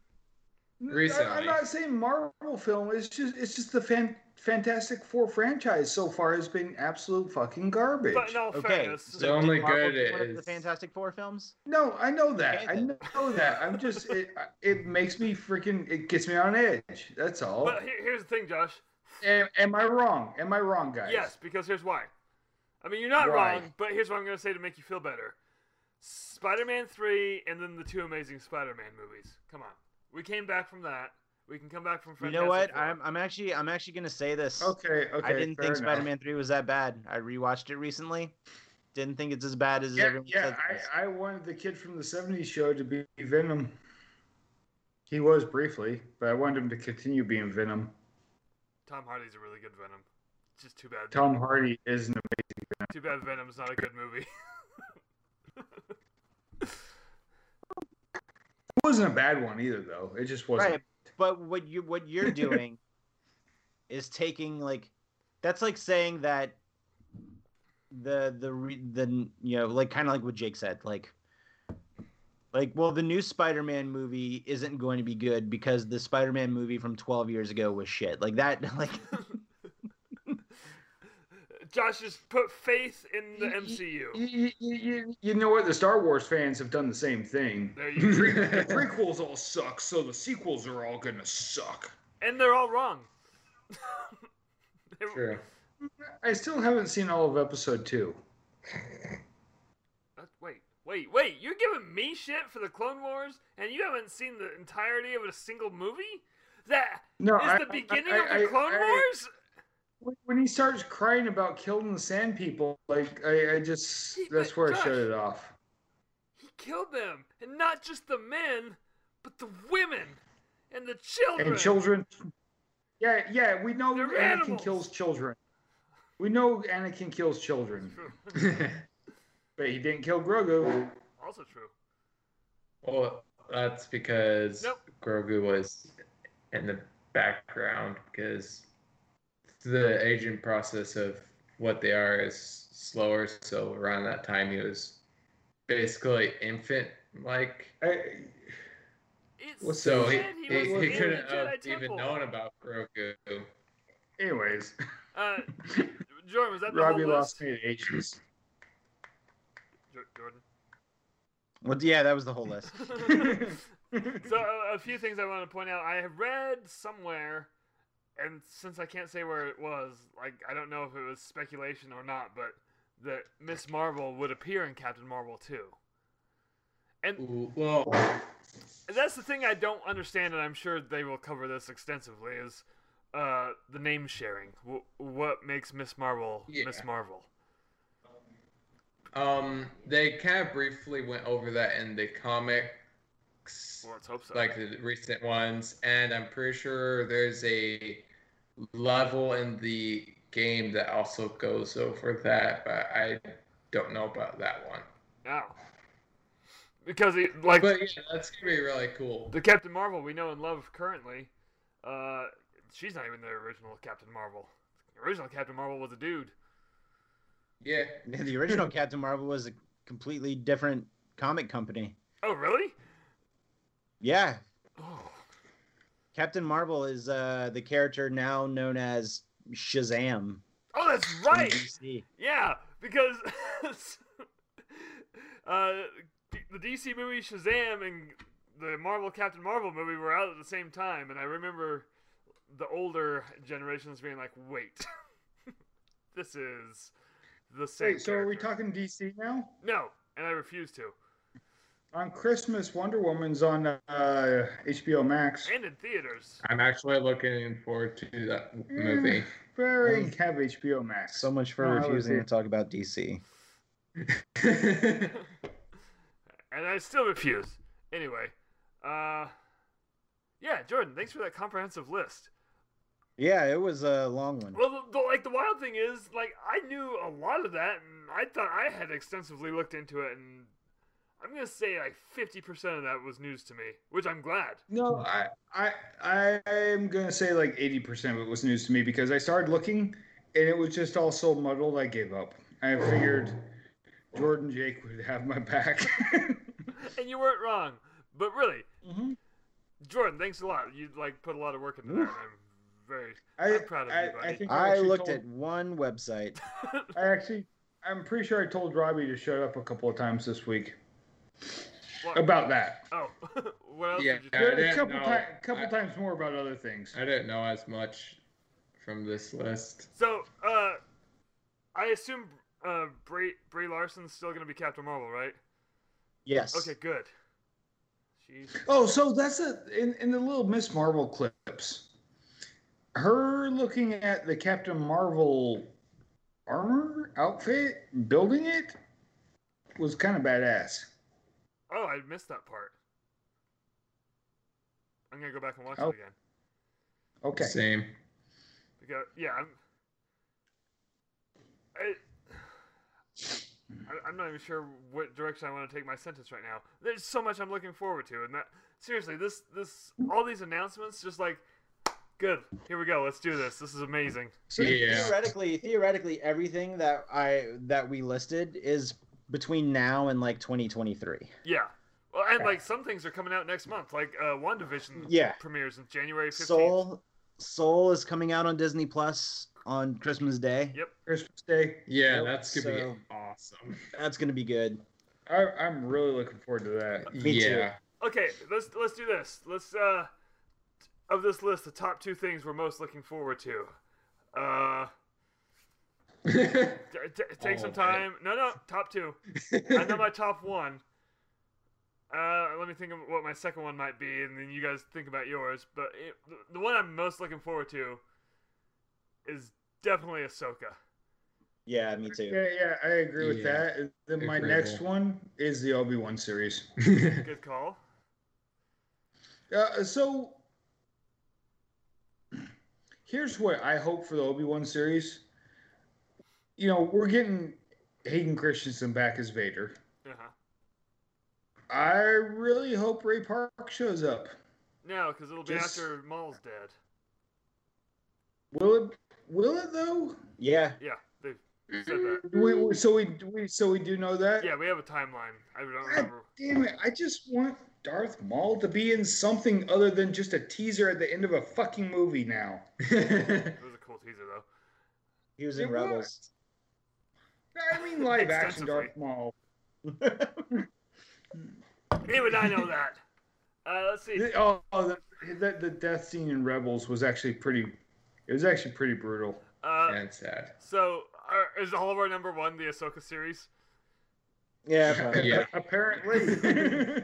Recently. I, am not saying Marvel film. It's just it's just the fan, Fantastic Four franchise so far has been absolute fucking garbage. but in all Okay, fairness, The did only Marvel good do one of the is- Fantastic Four films. No, I know that. I Okay, know that. I'm just it. It makes me freaking. It gets me on edge. That's all. but here, here's the thing, Josh. Am, am I wrong? Am I wrong, guys? Yes, because here's why. I mean, you're not Why? wrong, but here's what I'm gonna say to make you feel better. Spider-Man three, and then the two Amazing Spider-Man movies. Come on, we came back from that. We can come back from. You Fantastic know what? Four. I'm I'm actually I'm actually gonna say this. Okay. Oh, Okay. I didn't fair think enough. Spider-Man Three was that bad. I rewatched it recently. Didn't think it's as bad as Yeah, everyone yeah. says. it is. I, I wanted the kid from the '70s show to be Venom. He was briefly, but I wanted him to continue being Venom. Tom Hardy's a really good Venom. It's just too bad. Tom Hardy is an Too bad Venom's not a good movie. It wasn't a bad one either, though. It just wasn't. Right, but what you what you're doing is taking like that's like saying that the the re- the you know like kind of like what Jake said like like well the new Spider-Man movie isn't going to be good because the Spider-Man movie from 12 years ago was shit like that like Josh just put faith in the Y- y- MCU. You, you, you, you know what? The Star Wars fans have done the same thing. There The you pre- the prequels all suck, so the sequels are all gonna suck. and they're all wrong. They- True. I still haven't seen all of episode two. uh, Wait, wait, wait! You're giving me shit for the Clone Wars, and you haven't seen the entirety of a single movie. That No, is I- the beginning I- of the I- Clone I- Wars. When- When he starts crying about killing the sand people, like I, I just Hey, that's but where Josh- I shut it off. He killed them, and not just the men, but the women and the children. And children. Yeah, yeah, we know They're Anakin animals. kills children. We know Anakin kills children, True. but he didn't kill Grogu. also true. Well, that's because Nope. Grogu was in the background because the aging process of what they are is slower. So around that time, he was basically infant like. I, It's Well, So he, said he, he, was he in couldn't the have Jedi even Temple. known about Grogu. anyways, Uh, Jordan, was that the Robbie whole lost list? me to ages. Jo- Jordan. well yeah that was the whole list so a, a few things I want to point out. I have read somewhere, and since I can't say where it was, like I don't know if it was speculation or not, but that Miss Marvel would appear in Captain Marvel too. And Ooh, Well, that's the thing I don't understand, and I'm sure they will cover this extensively. Is uh, the name sharing? W- what makes Miss Marvel Yeah. Miss Marvel? um, they kind of briefly went over that in the comics, Well, let's hope so. like the recent ones, and I'm pretty sure there's a level in the game that also goes over that, but I don't know about that one. oh. because it, like But yeah, that's gonna be really cool. the Captain Marvel we know and love currently, uh, she's not even the original Captain Marvel. The original Captain Marvel was a dude. Yeah, the original Captain Marvel was a completely different comic company Oh, really? yeah Oh, Captain Marvel is uh the character now known as Shazam oh that's from right. DC. Yeah, because uh, the DC movie Shazam and the Marvel Captain Marvel movie were out at the same time, and I remember the older generations being like, "Wait, this is the same." Wait, so are we character." talking DC now? No, and I refuse to. On Christmas, Wonder Woman's on uh, HBO Max. And in theaters. I'm actually looking forward to that movie. Very Um, have HBO Max. So much for No, I was refusing to here. talk about DC. Mm. and I still refuse. Anyway, uh, yeah, Jordan, thanks for that comprehensive list. Yeah, it was a long one. Well, the, the, like the wild thing is, like I knew a lot of that, and I thought I had extensively looked into it, and I'm gonna say like 50% of that was news to me, which I'm glad. No, I, I, I'm gonna say like eighty percent of it was news to me because I started looking, and it was just all so muddled. I gave up. I figured Jordan Jake would have my back. And you weren't wrong, but really, Jordan, thanks a lot. You like put a lot of work into that. and I'm very. I, I'm proud of you, I, buddy. I think I, I actually looked told- at one website. I actually, I'm pretty sure I told Robbie to shut up a couple of times this week What, about that. oh, what else Yeah, did you? I a didn't couple, know. ti- couple I- times more about other things. I don't know as much from this list. So, uh, I assume uh, Brie, Brie Larson's still going to be Captain Marvel, right? Yes. Okay, good. She's Oh, so that's a in, in the little Miss Marvel clips. Her looking at the Captain Marvel armor outfit, building it was kind of badass. oh, I missed that part. I'm gonna go back and watch Oh. it again Okay. Same. because yeah, I'm. I, I- I'm not even sure what direction I want to take my sentence right now. There's so much I'm looking forward to, and that seriously, this this all these announcements just like Good. Here we go. Let's do this. This is amazing. So Yeah. theoretically, theoretically, everything that I that we listed is between now and like 2023. Yeah. Well, and like some things are coming out next month, like uh, WandaVision Yeah. premieres in January 15th. Soul, Soul is coming out on Disney Plus on Christmas Day. Yep. Christmas Day. Yeah, Yep, that's gonna so- be awesome. That's gonna be good. I, I'm really looking forward to that. Me too. yeah. Okay, let's let's do this. Let's uh, of this list, the top two things we're most looking forward to. Uh, t- t- take All some of it. time. No, no, top two. I know my top one. Uh, let me think of what my second one might be, and then you guys think about yours. But it, the- the one I'm most looking forward to is definitely Ahsoka. Yeah, me too. Yeah, yeah, I agree with Yeah. that. And Then my Agree next there. one is the Obi Wan series. Good call. Uh, so here's what I hope for the Obi Wan series. You know, we're getting Hayden Christensen back as Vader. Uh-huh. I really hope Ray Park shows up. No, because it'll be Just- after Maul's dead. Will it? Will it though? Yeah, Yeah, they said that. We, we- so we, we so we do know that. Yeah, we have a timeline. I don't God remember. damn it! I just want Darth Maul to be in something other than just a teaser at the end of a fucking movie now. It was a cool teaser though. he was in It Rebels. I mean, live action Extensively. Darth Maul. He would not know that. Uh, let's see. The- Oh, oh, the, the, the death scene in Rebels was actually pretty. It was actually pretty brutal. Uh, and sad. so, are, is all of our number one the Ahsoka series? yeah, probably. Yeah. Apparently.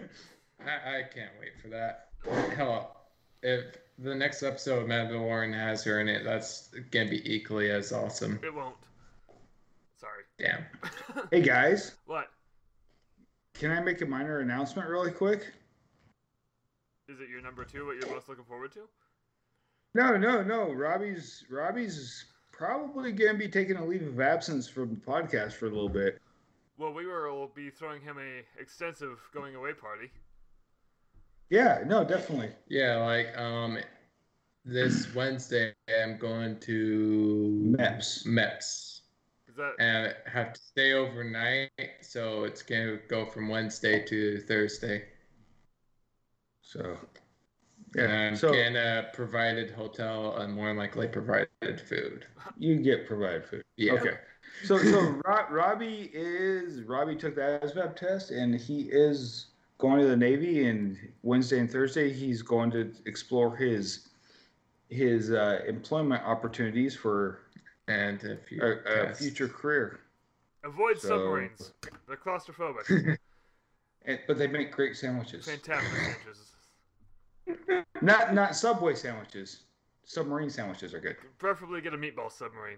I, I can't wait for that. Hell, if the next episode of Mandalorian has her in it, that's gonna be equally as awesome. It won't. Sorry. Damn. hey guys, What? can I make a minor announcement really quick? Is it your number two? What you're most looking forward to? No, no, no. Robbie's Robbie's probably gonna be taking a leave of absence from the podcast for a little bit. Well, we will be throwing him a extensive going away party. Yeah, no, definitely. Yeah, like um, this Wednesday I'm going to Maps. Mets, Is that and I have to stay overnight, so it's gonna go from Wednesday to Thursday. So. And Yeah. I'm So gonna provided hotel and more than likely provided food. you get provided food. Yeah. Okay. So so Ro- Robbie is Robbie took the ASVAB test and he is going to the Navy and Wednesday and Thursday he's going to explore his his uh, employment opportunities for And if you a, a guess- future career. avoid So- submarines? They're claustrophobic. And, but they make great sandwiches. Fantastic sandwiches. Not not Subway sandwiches. Submarine sandwiches are good. Preferably get a meatball submarine.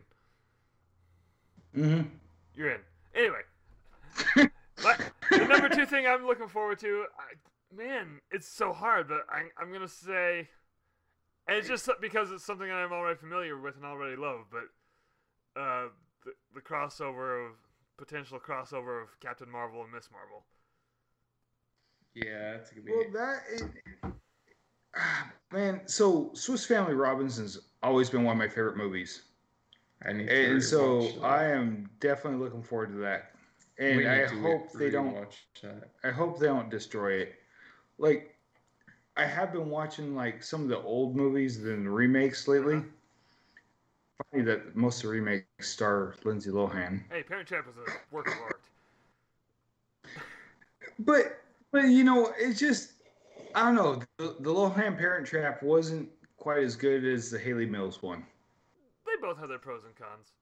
Mm-hmm. You're in. Anyway, my, the number two thing I'm looking forward to, I, man, it's so hard, but I, I'm gonna say, and it's just so- because it's something that I'm already familiar with and already love, but uh, the, the crossover of potential crossover of Captain Marvel and Miss Marvel. Yeah, that's gonna be. Well, that it, ah, man. So Swiss Family Robinson's always been one of my favorite movies. I need to and so rewatch that. I am definitely looking forward to that. And We need I to hope they don't. rewatch that. I hope they don't destroy it. Like, I have been watching like some of the old movies and the remakes lately. Funny that most of the remakes star Lindsay Lohan. Hey, Parent Trap is a work of art. But but you know it's just I don't know the, the Lohan Parent Trap wasn't quite as good as the Haley Mills one. They both have their pros and cons.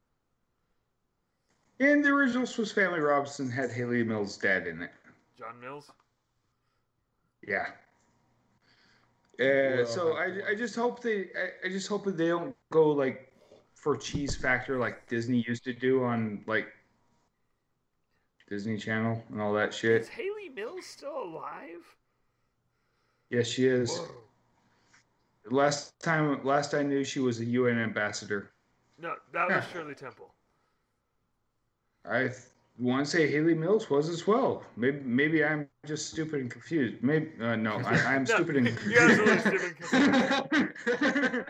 And the original Swiss Family Robinson had Haley Mills' dad in it. John Mills. Yeah. Uh, Well, so I, I just hope they I, I just hope that they don't go like for cheese factor like Disney used to do on like Disney Channel and all that Is shit. Haley Mills still alive? Yes, she is. Whoa. Last time last I knew, she was a UN ambassador. No, that was Shirley Temple. I th- want to say Haley Mills was as well. Maybe maybe I'm just stupid and confused. Maybe uh, no, I, I'm No, stupid and You're absolutely stupid. confused.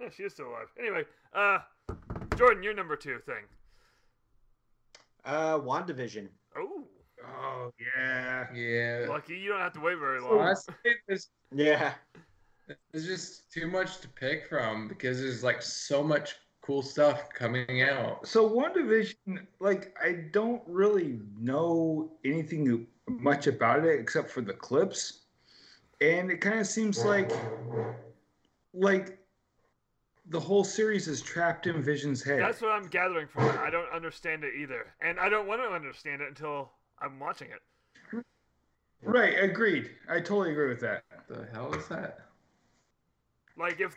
Yeah, she is still alive. Anyway, uh, Jordan, your number two thing. Uh, Wandavision. Oh, oh yeah. Yeah. lucky you don't have to wait very long. Honestly, there's, Yeah. there's just too much to pick from because there's like so much cool stuff coming out. So one division, like I don't really know anything much about it except for the clips, and it kind of seems like, like, the whole series is trapped in Vision's head. That's what I'm gathering from it. I don't understand it either, and I don't want to understand it until I'm watching it. right. Agreed. I totally agree with that. The hell is that? Like if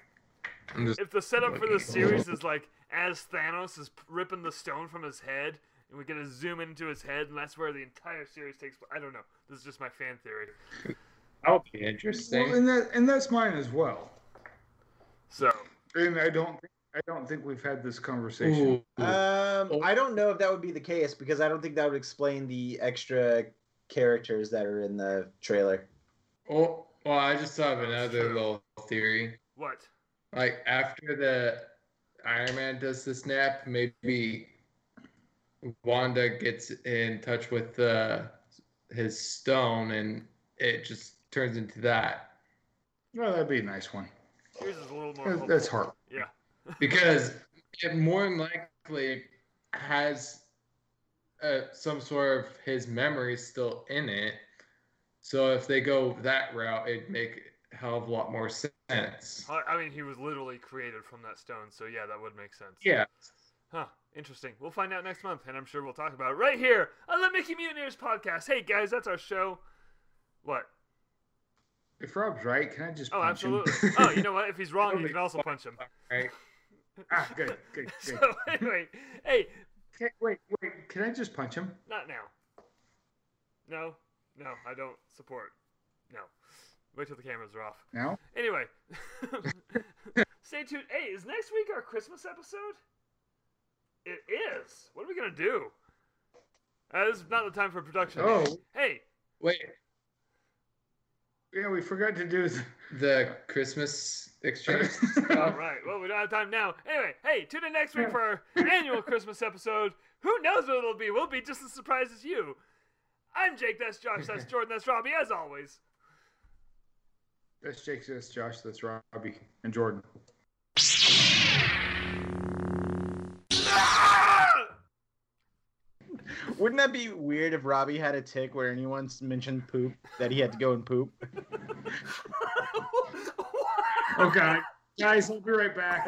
I'm just if the setup for this series is like as Thanos is p- ripping the stone from his head, and we get a zoom into his head, and that's where the entire series takes. place. I don't know. This is just my fan theory. that'll be interesting. Well, and that and that's mine as well. So And I don't think, I don't think we've had this conversation. Ooh. Um, I don't know if that would be the case because I don't think that would explain the extra characters that are in the trailer. Oh, well, I just thought of another little theory. what? Like after the Iron Man does the snap, maybe Wanda gets in touch with uh, his stone, and it just turns into that. Well, that'd be a nice one. Yours is a little more. That- hopeful. That's hard. Yeah. because it more than likely has uh, some sort of his memory still in it. So if they go that route, it'd make a hell of a lot more sense. I I mean, he was literally created from that stone, so yeah, that would make sense. Yeah. Huh. Interesting. We'll find out next month, and I'm sure we'll talk about it right here on the Mickey Mutineers podcast. Hey guys, that's our show. What? If Rob's right, can I just? Oh, punch absolutely. Him? Oh, you know what? If he's wrong, you can also punch him. Right. ah, good, good, So good. anyway, hey, Okay, wait, wait. Can I just punch him? not now. No, no, I don't support. No. Wait till the cameras are off. No. Anyway, stay tuned. Hey, is next week our Christmas episode? It is. What are we gonna do? Uh, this is not the time for production. Oh. Hey, Wait, Yeah, we forgot to do. The... the Christmas exchange. all right. Well, we don't have time now. Anyway, hey, tune in next week for our annual Christmas episode. Who knows what it'll be? We'll be just as surprised as you. I'm Jake. That's Josh. That's Jordan. That's Robbie. As always. That's Jake. That's Josh. That's Robbie and Jordan. Wouldn't that be weird if Robbie had a tick where anyone mentioned poop that he had to go and poop? Oh God, guys, we'll be right back.